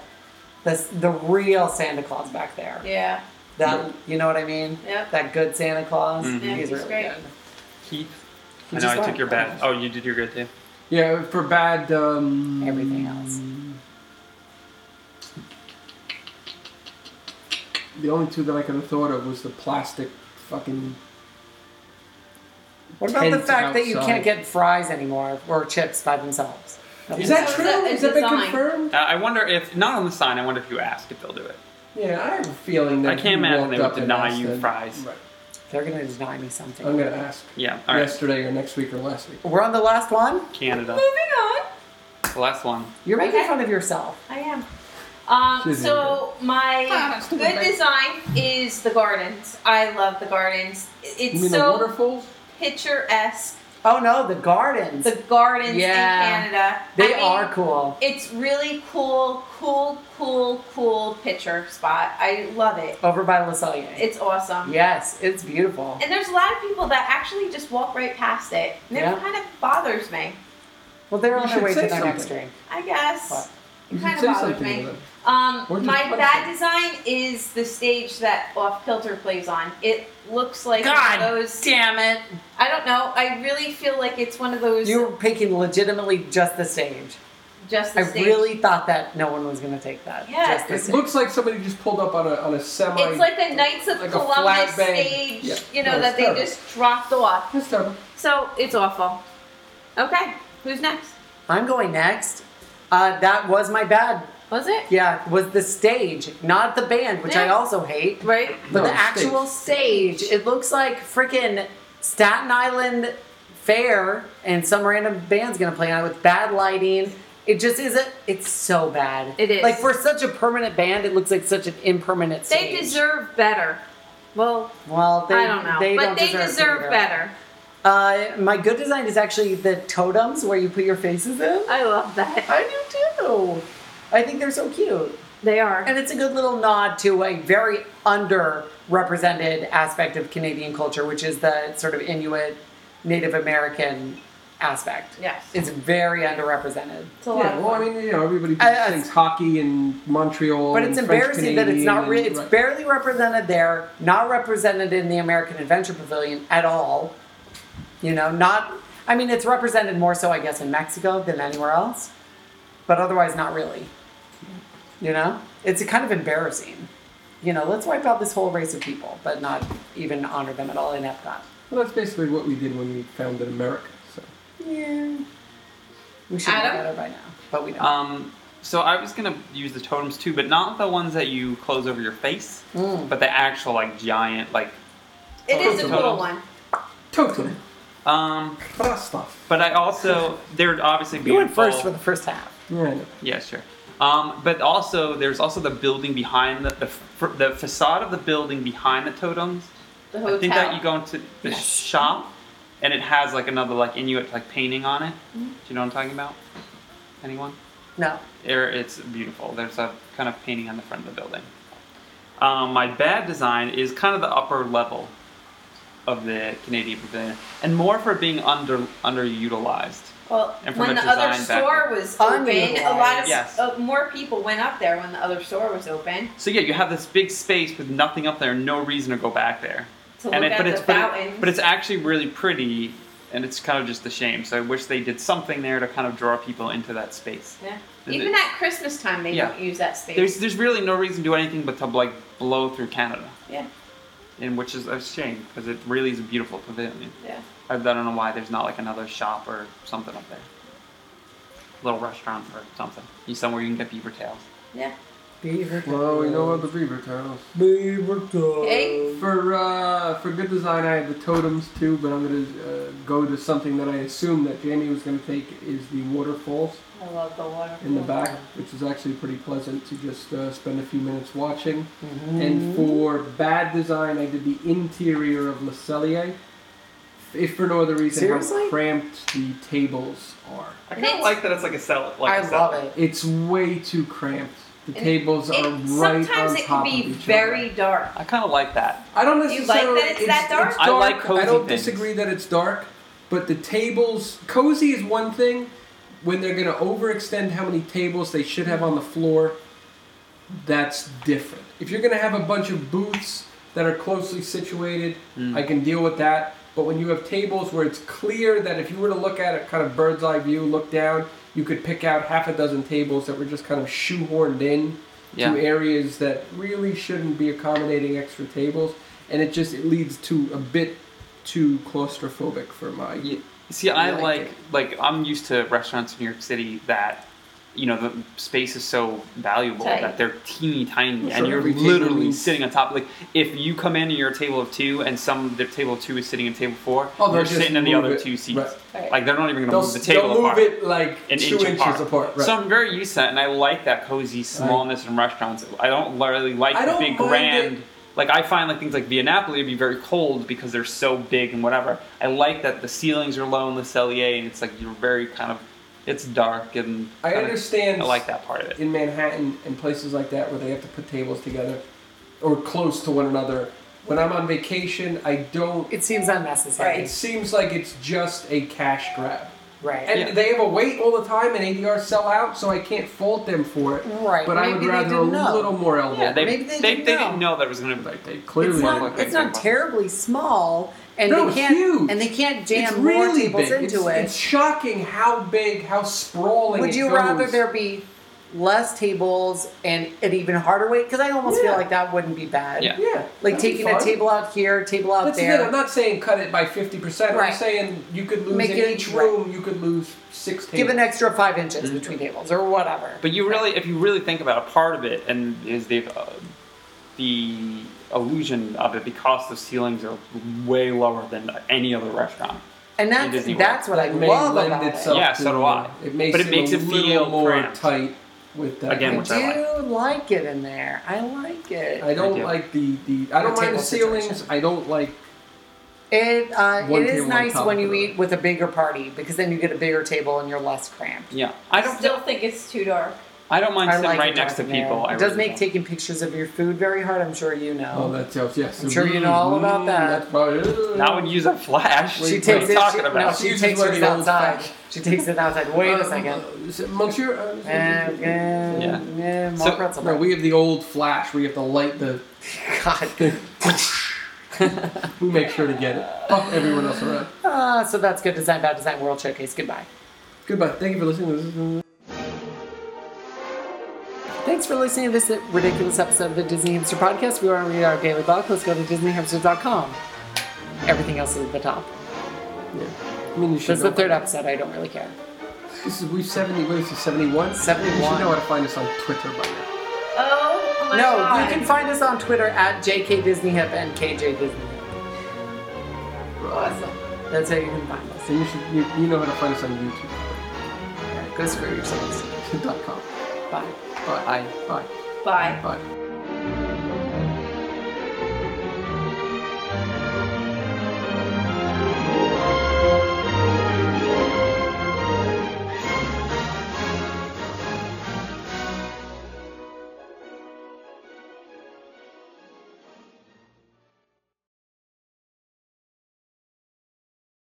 [SPEAKER 1] the the real Santa Claus back there.
[SPEAKER 3] Yeah.
[SPEAKER 1] That you know what I mean?
[SPEAKER 3] Yep.
[SPEAKER 1] That good Santa Claus.
[SPEAKER 2] Mhm.
[SPEAKER 3] Yeah,
[SPEAKER 1] He's
[SPEAKER 3] he's
[SPEAKER 1] really
[SPEAKER 3] great.
[SPEAKER 1] good.
[SPEAKER 2] Keith.
[SPEAKER 1] He
[SPEAKER 2] I know
[SPEAKER 1] just
[SPEAKER 2] I
[SPEAKER 1] went.
[SPEAKER 2] took your bad. Oh, you did your good too.
[SPEAKER 4] Yeah, for bad. Um,
[SPEAKER 1] Everything else.
[SPEAKER 4] The only two that I could have thought of was the plastic fucking.
[SPEAKER 1] What about the
[SPEAKER 4] Tents
[SPEAKER 1] fact that you
[SPEAKER 4] outside.
[SPEAKER 1] can't get fries anymore or chips by themselves?
[SPEAKER 4] Is that
[SPEAKER 3] It's
[SPEAKER 4] true?
[SPEAKER 3] a-
[SPEAKER 4] Has that been
[SPEAKER 3] design.
[SPEAKER 4] confirmed?
[SPEAKER 2] Uh, I wonder if not on the sign. I wonder if you ask if they'll do it.
[SPEAKER 4] Yeah, I have a feeling that.
[SPEAKER 2] I can't
[SPEAKER 4] he
[SPEAKER 2] imagine
[SPEAKER 4] walked
[SPEAKER 2] they would
[SPEAKER 4] up and
[SPEAKER 2] deny
[SPEAKER 4] asked
[SPEAKER 2] you
[SPEAKER 4] them.
[SPEAKER 2] fries.
[SPEAKER 4] Right.
[SPEAKER 1] they're gonna deny me something?
[SPEAKER 4] I'm gonna ask
[SPEAKER 2] Yeah. All right.
[SPEAKER 4] yesterday or next week or last week.
[SPEAKER 1] We're on the last one.
[SPEAKER 2] Canada.
[SPEAKER 3] Moving on.
[SPEAKER 2] The last one.
[SPEAKER 1] You're making
[SPEAKER 3] Okay.
[SPEAKER 1] fun of yourself.
[SPEAKER 3] I am. Um,
[SPEAKER 4] She's
[SPEAKER 3] so my good design is the gardens. I love the gardens.
[SPEAKER 4] You
[SPEAKER 3] It's
[SPEAKER 4] mean the
[SPEAKER 3] so
[SPEAKER 4] waterfalls?
[SPEAKER 3] picturesque.
[SPEAKER 1] Oh no, the gardens.
[SPEAKER 3] The gardens
[SPEAKER 1] Yeah.
[SPEAKER 3] in Canada.
[SPEAKER 1] they
[SPEAKER 3] I mean,
[SPEAKER 1] are cool.
[SPEAKER 3] It's really cool, cool, cool, cool picture spot. I love it.
[SPEAKER 1] Over by La Salle.
[SPEAKER 3] It's awesome.
[SPEAKER 1] yes, it's beautiful.
[SPEAKER 3] And there's a lot of people that actually just walk right past it. And it
[SPEAKER 1] Yeah.
[SPEAKER 3] kind of bothers me.
[SPEAKER 1] Well, they're on
[SPEAKER 4] You
[SPEAKER 1] their
[SPEAKER 4] should
[SPEAKER 1] way to
[SPEAKER 4] say
[SPEAKER 1] their next
[SPEAKER 4] something.
[SPEAKER 1] drink.
[SPEAKER 3] I guess.
[SPEAKER 1] What?
[SPEAKER 4] You
[SPEAKER 3] It
[SPEAKER 4] should
[SPEAKER 3] kind of
[SPEAKER 4] say
[SPEAKER 3] bothered
[SPEAKER 4] something
[SPEAKER 3] me.
[SPEAKER 4] with it.
[SPEAKER 3] Um,
[SPEAKER 4] Or just
[SPEAKER 3] my
[SPEAKER 4] punch
[SPEAKER 3] bad design is the stage that Off Kilter plays on. It looks like
[SPEAKER 1] God
[SPEAKER 3] one of those.
[SPEAKER 1] damn it!
[SPEAKER 3] I don't know. I really feel like it's one of those
[SPEAKER 1] You were picking legitimately just the stage.
[SPEAKER 3] just the
[SPEAKER 1] I
[SPEAKER 3] stage.
[SPEAKER 1] really thought that no one was going to take that.
[SPEAKER 3] Yeah,
[SPEAKER 1] just the
[SPEAKER 4] It
[SPEAKER 1] stage.
[SPEAKER 4] looks like somebody just pulled up on a on a semi.
[SPEAKER 3] It's like the Knights of
[SPEAKER 4] Like a flat
[SPEAKER 3] Columbus
[SPEAKER 4] bang.
[SPEAKER 3] stage,
[SPEAKER 4] Yeah.
[SPEAKER 3] you
[SPEAKER 4] No,
[SPEAKER 3] know,
[SPEAKER 4] it's
[SPEAKER 3] that they
[SPEAKER 4] terrible.
[SPEAKER 3] just dropped off.
[SPEAKER 4] That's terrible.
[SPEAKER 3] So it's awful. Okay, who's next?
[SPEAKER 1] I'm going next. Uh, that was my bad.
[SPEAKER 3] Was it?
[SPEAKER 1] Yeah, was the stage, not the band, which I
[SPEAKER 3] Yeah.
[SPEAKER 1] also hate.
[SPEAKER 3] Right?
[SPEAKER 1] But
[SPEAKER 4] No,
[SPEAKER 1] the actual stage, it looks like freaking Staten Island Fair, and some random band's gonna play on it with bad lighting. It just isn't. It's so bad.
[SPEAKER 3] It is.
[SPEAKER 1] like for such a permanent band, it looks like such an impermanent stage.
[SPEAKER 3] They deserve better. Well,
[SPEAKER 1] Well, they,
[SPEAKER 3] I don't know.
[SPEAKER 1] They
[SPEAKER 3] but
[SPEAKER 1] don't
[SPEAKER 3] they
[SPEAKER 1] deserve,
[SPEAKER 3] deserve,
[SPEAKER 1] to be there.
[SPEAKER 3] better.
[SPEAKER 1] Uh, my good design is actually the totems where you put your faces in.
[SPEAKER 3] I love that.
[SPEAKER 1] I do too. I think they're so cute.
[SPEAKER 3] They are.
[SPEAKER 1] And it's a good little nod to a very underrepresented aspect of Canadian culture, which is the sort of Inuit, Native American aspect.
[SPEAKER 3] Yes.
[SPEAKER 1] It's very underrepresented.
[SPEAKER 3] It's a lot
[SPEAKER 4] Yeah,
[SPEAKER 3] of
[SPEAKER 4] well, I
[SPEAKER 3] fun.
[SPEAKER 4] mean, you know, everybody
[SPEAKER 1] I- I-
[SPEAKER 4] thinks hockey and Montreal.
[SPEAKER 1] But it's
[SPEAKER 4] and French
[SPEAKER 1] embarrassing that it's not
[SPEAKER 4] Canadian
[SPEAKER 1] really,
[SPEAKER 4] and-
[SPEAKER 1] it's
[SPEAKER 4] right.
[SPEAKER 1] barely represented there, not represented in the American Adventure Pavilion at all. You know, not, I mean, it's represented more so, I guess, in Mexico than anywhere else, but otherwise, not really. You know, it's kind of embarrassing. You know, let's wipe out this whole race of people, but not even honor them at all in Epcot.
[SPEAKER 4] Well, that's basically what we did when we founded America. So
[SPEAKER 1] Yeah. We should
[SPEAKER 3] Adam?
[SPEAKER 1] know better by now, but we don't.
[SPEAKER 2] Um, so I was gonna use the totems too, but not the ones that you close over your face,
[SPEAKER 1] Mm.
[SPEAKER 2] but the actual like giant like.
[SPEAKER 3] it is a cool
[SPEAKER 2] Totals.
[SPEAKER 3] one.
[SPEAKER 4] totem,
[SPEAKER 2] Um,
[SPEAKER 4] Brasta.
[SPEAKER 2] but I also they're obviously
[SPEAKER 1] You
[SPEAKER 2] beautiful.
[SPEAKER 1] went first for the first half.
[SPEAKER 4] Yeah, I know.
[SPEAKER 2] Yeah, sure. Um, but also there's also the building behind the the, f- the facade of the building behind the totems.
[SPEAKER 3] The hotel.
[SPEAKER 2] I think that you go into the
[SPEAKER 1] Yes.
[SPEAKER 2] shop, and it has like another like Inuit like painting on it.
[SPEAKER 3] Mm-hmm.
[SPEAKER 2] Do you know what I'm talking about? Anyone?
[SPEAKER 1] No.
[SPEAKER 2] There, it's beautiful. There's a kind of painting on the front of the building. Um, my bad design is kind of the upper level of the Canadian Pavilion, and more for being under underutilized.
[SPEAKER 3] Well,
[SPEAKER 2] And from
[SPEAKER 3] when
[SPEAKER 2] a
[SPEAKER 3] the other
[SPEAKER 2] design background.
[SPEAKER 3] store was open, a lot of
[SPEAKER 2] Unutilized. Yes.
[SPEAKER 3] uh, more people went up there when the other store was open
[SPEAKER 2] So yeah, you have this big space with nothing up there, no reason to go back there.
[SPEAKER 3] to look
[SPEAKER 2] and it,
[SPEAKER 3] at
[SPEAKER 2] but
[SPEAKER 3] the
[SPEAKER 2] it's but,
[SPEAKER 3] fountains.
[SPEAKER 2] it, but it's actually really pretty, and it's kind of just a shame. So I wish they did something there to kind of draw people into that space.
[SPEAKER 3] yeah.
[SPEAKER 2] And
[SPEAKER 3] Even
[SPEAKER 2] it-
[SPEAKER 3] at Christmas time, they
[SPEAKER 2] Yeah.
[SPEAKER 3] don't use that space.
[SPEAKER 2] There's there's really no reason to do anything but to like blow through Canada,
[SPEAKER 3] yeah,
[SPEAKER 2] and which is a shame because it really is a beautiful pavilion.
[SPEAKER 3] yeah.
[SPEAKER 2] I I don't know why there's not like another shop or something up there. Little restaurant or something. You somewhere you can get beaver tails.
[SPEAKER 3] Yeah.
[SPEAKER 1] Beaver.
[SPEAKER 4] Well, we know about the Beaver Turtles.
[SPEAKER 1] Beaver.
[SPEAKER 3] Hey.
[SPEAKER 4] For uh, for good design, I have the totems too, but I'm gonna uh, go to something that I assume that Jamie was gonna take is the waterfalls
[SPEAKER 3] I love the water.
[SPEAKER 4] in the back, which is actually pretty pleasant to just uh, spend a few minutes watching.
[SPEAKER 3] Mm-hmm.
[SPEAKER 4] And for bad design, I did the interior of Le Cellier. If for no other reason
[SPEAKER 1] Seriously?
[SPEAKER 4] how cramped the tables are.
[SPEAKER 2] I
[SPEAKER 3] And
[SPEAKER 2] kind of
[SPEAKER 3] it's-
[SPEAKER 2] like that it's like a cell. Like
[SPEAKER 1] I love it.
[SPEAKER 4] It's way too cramped. The
[SPEAKER 3] And
[SPEAKER 4] tables
[SPEAKER 3] It,
[SPEAKER 4] are right
[SPEAKER 3] sometimes
[SPEAKER 4] on
[SPEAKER 3] it
[SPEAKER 4] top
[SPEAKER 3] can be
[SPEAKER 4] of each
[SPEAKER 3] very
[SPEAKER 4] other.
[SPEAKER 3] dark.
[SPEAKER 2] I kind of like that.
[SPEAKER 4] I don't
[SPEAKER 3] you like
[SPEAKER 4] necessarily.
[SPEAKER 3] that it's that dark?
[SPEAKER 4] it's
[SPEAKER 2] I like cozy
[SPEAKER 4] I don't
[SPEAKER 2] things.
[SPEAKER 4] disagree that it's dark, but the tables cozy is one thing. When they're going to overextend how many tables they should have on the floor, that's different. If you're going to have a bunch of booths that are closely situated,
[SPEAKER 2] Hmm.
[SPEAKER 4] I can deal with that. But when you have tables where it's clear that if you were to look at it kind of bird's eye view, look down, you could pick out half a dozen tables that were just kind of shoehorned in
[SPEAKER 2] Yeah.
[SPEAKER 4] to areas that really shouldn't be accommodating extra tables, and it just it leads to a bit too claustrophobic for my.
[SPEAKER 2] Yeah. See,
[SPEAKER 4] I
[SPEAKER 2] I
[SPEAKER 4] like
[SPEAKER 2] like
[SPEAKER 4] it.
[SPEAKER 2] like I'm used to restaurants in New York City that you know the space is so valuable
[SPEAKER 3] Tight.
[SPEAKER 2] that they're teeny tiny
[SPEAKER 4] Sure,
[SPEAKER 2] and you're
[SPEAKER 4] every table
[SPEAKER 2] literally
[SPEAKER 4] needs-
[SPEAKER 2] sitting on top. Like if you come in and you're a table of two and some the table of two is sitting at table four,
[SPEAKER 4] Oh, they'll
[SPEAKER 2] you're
[SPEAKER 4] just
[SPEAKER 2] sitting in the
[SPEAKER 4] move
[SPEAKER 2] other
[SPEAKER 4] it.
[SPEAKER 2] two seats.
[SPEAKER 4] Right.
[SPEAKER 3] Right.
[SPEAKER 2] Like they're not even gonna
[SPEAKER 4] They'll,
[SPEAKER 2] move the table
[SPEAKER 4] they'll move
[SPEAKER 2] apart.
[SPEAKER 4] it like
[SPEAKER 2] an
[SPEAKER 4] two
[SPEAKER 2] inch
[SPEAKER 4] inches
[SPEAKER 2] apart.
[SPEAKER 4] apart. Right.
[SPEAKER 2] So I'm very used to that, and I like that cozy smallness in restaurants. I don't really like
[SPEAKER 4] I
[SPEAKER 2] the
[SPEAKER 4] don't
[SPEAKER 2] big
[SPEAKER 4] mind
[SPEAKER 2] grand.
[SPEAKER 4] it.
[SPEAKER 2] Like I find like things like Via Napoli to be very cold because they're so big and whatever. I like that the ceilings are low in the cellier, and it's like you're very kind of, it's dark and.
[SPEAKER 4] I
[SPEAKER 2] kinda-
[SPEAKER 4] understand
[SPEAKER 2] I like that part of it.
[SPEAKER 4] in Manhattan and places like that where they have to put tables together or close to one another. When I'm on vacation, I don't.
[SPEAKER 1] It seems unnecessary.
[SPEAKER 4] It seems like it's just a cash grab.
[SPEAKER 1] Right.
[SPEAKER 4] And
[SPEAKER 2] Yeah.
[SPEAKER 4] they have a wait all the time, and ADR sell out, so I can't fault them for it.
[SPEAKER 1] Right,
[SPEAKER 4] But I would
[SPEAKER 1] maybe they
[SPEAKER 4] rather a
[SPEAKER 1] didn't know.
[SPEAKER 4] little more elbow.
[SPEAKER 2] Yeah, they,
[SPEAKER 1] Maybe they
[SPEAKER 2] they, they
[SPEAKER 1] didn't
[SPEAKER 2] didn't know that it was going to be
[SPEAKER 4] like they
[SPEAKER 1] it's
[SPEAKER 4] clearly
[SPEAKER 1] not,
[SPEAKER 4] look
[SPEAKER 1] it's
[SPEAKER 4] like
[SPEAKER 1] not
[SPEAKER 4] they-
[SPEAKER 1] terribly small, and
[SPEAKER 4] No,
[SPEAKER 1] they
[SPEAKER 4] it's
[SPEAKER 1] can't
[SPEAKER 4] huge.
[SPEAKER 1] and they can't jam
[SPEAKER 4] it's
[SPEAKER 1] more
[SPEAKER 4] really
[SPEAKER 1] tables
[SPEAKER 4] big.
[SPEAKER 1] into
[SPEAKER 4] it's,
[SPEAKER 1] it.
[SPEAKER 4] It's shocking how big, how sprawling.
[SPEAKER 1] Would
[SPEAKER 4] it
[SPEAKER 1] you
[SPEAKER 4] goes.
[SPEAKER 1] rather there be less tables and an even harder weight? Because I almost
[SPEAKER 4] Yeah.
[SPEAKER 1] feel like that wouldn't be bad.
[SPEAKER 2] Yeah.
[SPEAKER 4] Yeah.
[SPEAKER 1] Like
[SPEAKER 4] that'd be
[SPEAKER 1] taking
[SPEAKER 4] fun.
[SPEAKER 1] a table out here, table out
[SPEAKER 4] That's the
[SPEAKER 1] there.
[SPEAKER 4] thing. I'm not saying cut it by 50%.
[SPEAKER 1] Right.
[SPEAKER 4] I'm saying you could lose
[SPEAKER 1] Make
[SPEAKER 4] in
[SPEAKER 1] it
[SPEAKER 4] each
[SPEAKER 1] right.
[SPEAKER 4] room, you could lose six tables.
[SPEAKER 1] Give an extra five inches
[SPEAKER 4] Mm-hmm.
[SPEAKER 1] between tables or whatever.
[SPEAKER 2] But you really, if you really think about a part of it, and is the uh, the illusion of it because the ceilings are way lower than any other restaurant.
[SPEAKER 1] and
[SPEAKER 2] in
[SPEAKER 1] that's
[SPEAKER 2] Disney World.
[SPEAKER 1] that's what I
[SPEAKER 4] It may
[SPEAKER 1] love
[SPEAKER 4] lend
[SPEAKER 1] about
[SPEAKER 4] itself
[SPEAKER 2] Yeah,
[SPEAKER 4] to
[SPEAKER 2] so do I.
[SPEAKER 4] It makes
[SPEAKER 2] But it
[SPEAKER 4] it
[SPEAKER 2] makes
[SPEAKER 4] a
[SPEAKER 2] it
[SPEAKER 4] little
[SPEAKER 2] feel
[SPEAKER 4] more
[SPEAKER 2] cramped.
[SPEAKER 4] tight with that.
[SPEAKER 2] Again,
[SPEAKER 1] it.
[SPEAKER 2] which
[SPEAKER 1] I
[SPEAKER 2] I like.
[SPEAKER 1] do like it in there. I like it.
[SPEAKER 4] I don't
[SPEAKER 2] I do.
[SPEAKER 4] like the, the I don't
[SPEAKER 1] The table
[SPEAKER 4] mind the ceilings.
[SPEAKER 1] situation.
[SPEAKER 4] I don't like
[SPEAKER 1] It uh,
[SPEAKER 4] One
[SPEAKER 1] it is
[SPEAKER 4] table on
[SPEAKER 1] nice
[SPEAKER 4] top
[SPEAKER 1] when
[SPEAKER 4] of
[SPEAKER 1] you
[SPEAKER 4] the
[SPEAKER 1] eat
[SPEAKER 4] other.
[SPEAKER 1] with a bigger party because then you get a bigger table and you're less cramped.
[SPEAKER 2] Yeah, I don't.
[SPEAKER 3] still think it's too dark.
[SPEAKER 2] I don't mind
[SPEAKER 1] I
[SPEAKER 2] sitting
[SPEAKER 1] like
[SPEAKER 2] right
[SPEAKER 1] it
[SPEAKER 2] next to
[SPEAKER 1] dark in there.
[SPEAKER 2] people.
[SPEAKER 1] It
[SPEAKER 2] I
[SPEAKER 1] does
[SPEAKER 2] really
[SPEAKER 1] make
[SPEAKER 2] don't.
[SPEAKER 1] taking pictures of your food very hard. I'm sure you know.
[SPEAKER 4] oh that tells yes.
[SPEAKER 1] I'm sure you know all about that.
[SPEAKER 4] That's probably, uh,
[SPEAKER 2] Not when you use a flash.
[SPEAKER 1] she
[SPEAKER 4] Wait,
[SPEAKER 2] what are
[SPEAKER 1] takes
[SPEAKER 2] you
[SPEAKER 1] it.
[SPEAKER 2] talking
[SPEAKER 1] she,
[SPEAKER 2] about?
[SPEAKER 1] No, she
[SPEAKER 4] She's
[SPEAKER 1] takes
[SPEAKER 4] like
[SPEAKER 1] it
[SPEAKER 4] an old
[SPEAKER 1] outside.
[SPEAKER 4] fat-
[SPEAKER 1] She takes it outside. Wait a
[SPEAKER 4] Uh,
[SPEAKER 1] second.
[SPEAKER 4] is it Monsieur. Uh, is it-
[SPEAKER 1] And, and,
[SPEAKER 2] Yeah.
[SPEAKER 1] yeah, more
[SPEAKER 2] So-
[SPEAKER 1] pretzel.
[SPEAKER 4] No, we have the old flash where you have to light the.
[SPEAKER 1] God.
[SPEAKER 4] We make sure to get it. Fuck everyone else around.
[SPEAKER 1] Ah, so that's good design, bad design, world showcase. Goodbye.
[SPEAKER 4] Goodbye. Thank you for listening. This is-
[SPEAKER 1] Thanks for listening to this ridiculous episode of the Disney Hamster Podcast. We want to read our daily blog. Let's go to DisneyHamster.com. Everything else is at the top.
[SPEAKER 4] Yeah. I mean, you should.
[SPEAKER 1] This is the
[SPEAKER 4] know.
[SPEAKER 1] third episode. I don't really care.
[SPEAKER 4] This is we seventy. What is this? Seventy-one. You
[SPEAKER 1] 71.
[SPEAKER 4] should know how to find us on Twitter by now.
[SPEAKER 3] Oh my
[SPEAKER 1] no,
[SPEAKER 3] god.
[SPEAKER 1] you can find us on Twitter at JK Disney Hip and KJ Disney Hip. Awesome. That's how you can find us.
[SPEAKER 4] So you should. You, you know how to find us on YouTube.
[SPEAKER 1] Go screw yourselves.
[SPEAKER 4] Dot com.
[SPEAKER 1] Bye.
[SPEAKER 4] Bye. Bye.
[SPEAKER 3] Bye.
[SPEAKER 4] Bye.